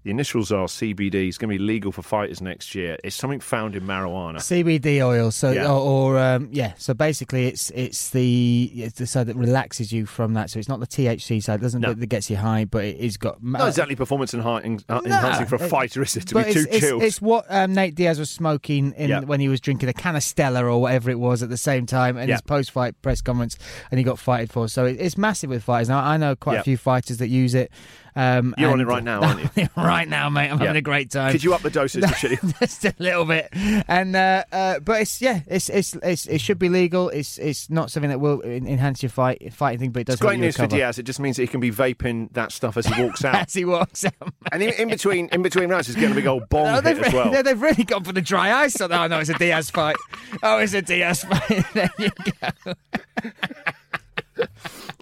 [SPEAKER 1] the initials are CBD. It's going to be legal for fighters next year. It's something found in marijuana.
[SPEAKER 2] CBD oil, so
[SPEAKER 1] Yeah.
[SPEAKER 2] or, or um, yeah, so basically it's it's the it's the side that relaxes you from that. So it's not the THC side, it doesn't
[SPEAKER 1] No.
[SPEAKER 2] that gets you high, but it is got
[SPEAKER 1] Not exactly performance enhancing, uh,
[SPEAKER 2] No.
[SPEAKER 1] enhancing for a fighter, is it? To
[SPEAKER 2] But
[SPEAKER 1] be too
[SPEAKER 2] it's, it's,
[SPEAKER 1] chilled.
[SPEAKER 2] it's what um, Nate Diaz was smoking in
[SPEAKER 1] Yeah.
[SPEAKER 2] when he was drinking a can of Stella or whatever it was at the same time in
[SPEAKER 1] Yeah.
[SPEAKER 2] his post-fight press conference, and he got fighted for. So it, it's massive with fighters. Now I know quite
[SPEAKER 1] Yeah.
[SPEAKER 2] a few fighters that use it. Um,
[SPEAKER 1] You're on
[SPEAKER 2] and-
[SPEAKER 1] it
[SPEAKER 2] (laughs)
[SPEAKER 1] right now, aren't you?
[SPEAKER 2] right now, mate. I'm
[SPEAKER 1] Yeah.
[SPEAKER 2] having a great time.
[SPEAKER 1] Could you up
[SPEAKER 2] (laughs)
[SPEAKER 1] the dosage, Shitty?
[SPEAKER 2] just a little bit. And uh, uh, but it's yeah, it's, it's it's it should be legal. It's it's not something that will en- enhance your fight fighting thing, but it does
[SPEAKER 1] It's great
[SPEAKER 2] help you
[SPEAKER 1] news for
[SPEAKER 2] recover.
[SPEAKER 1] Diaz. It just means that he can be vaping that stuff as he
[SPEAKER 2] (laughs)
[SPEAKER 1] walks out.
[SPEAKER 2] As he walks out.
[SPEAKER 1] and in, in between, in between rounds, he's getting a big old bong
[SPEAKER 2] No,
[SPEAKER 1] hit
[SPEAKER 2] they've, (laughs)
[SPEAKER 1] as well.
[SPEAKER 2] no, they've really gone for the dry ice. on that. Oh, no, it's a Diaz fight. Oh, it's a Diaz fight. There you go.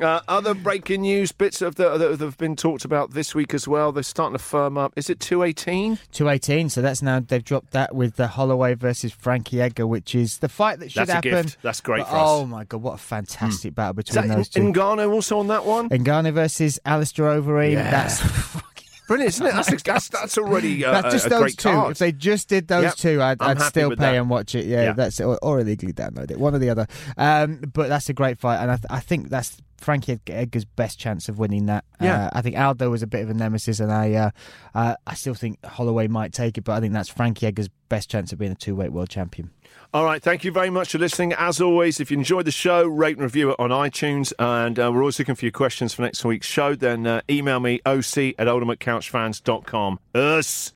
[SPEAKER 1] Uh, other breaking news bits of the, that have been talked about this week as well. They're starting to firm up. Is it two eighteen?
[SPEAKER 2] 218, so that's now, they've dropped that with the Holloway versus Frankie Edgar, which is the fight that should
[SPEAKER 1] That's a
[SPEAKER 2] happen.
[SPEAKER 1] gift. That's great
[SPEAKER 2] But,
[SPEAKER 1] for us.
[SPEAKER 2] Oh, my God, what a fantastic battle
[SPEAKER 1] Is
[SPEAKER 2] between
[SPEAKER 1] that
[SPEAKER 2] those two.
[SPEAKER 1] N- Ngannou also on that one?
[SPEAKER 2] Ngannou versus Alistair Overeem.
[SPEAKER 1] Yeah.
[SPEAKER 2] That's (laughs) fucking
[SPEAKER 1] Brilliant, isn't
[SPEAKER 2] (laughs)
[SPEAKER 1] it? That's, that's, that's already uh,
[SPEAKER 2] That's just
[SPEAKER 1] a, a
[SPEAKER 2] those
[SPEAKER 1] great
[SPEAKER 2] two.
[SPEAKER 1] card.
[SPEAKER 2] If they just did those
[SPEAKER 1] Yep.
[SPEAKER 2] two, I'd,
[SPEAKER 1] I'm
[SPEAKER 2] I'd
[SPEAKER 1] happy
[SPEAKER 2] still
[SPEAKER 1] with
[SPEAKER 2] pay
[SPEAKER 1] that.
[SPEAKER 2] and watch it. Yeah,
[SPEAKER 1] Yeah.
[SPEAKER 2] that's it. Or, or illegally download it, one or the other. Um, but that's a great fight, and I, th- I think that's Frankie Edg- Edgar's best chance of winning that.
[SPEAKER 1] Yeah.
[SPEAKER 2] Uh, I think Aldo was a bit of a nemesis, and I, uh, uh, I still think Holloway might take it, but I think that's Frankie Edgar's best chance of being a two-weight world champion.
[SPEAKER 1] All right, thank you very much for listening. As always, if you enjoyed the show, rate and review it on iTunes. And uh, we're always looking for your questions for next week's show. Then uh, email me, oc at ultimatecouchfans.com. Us.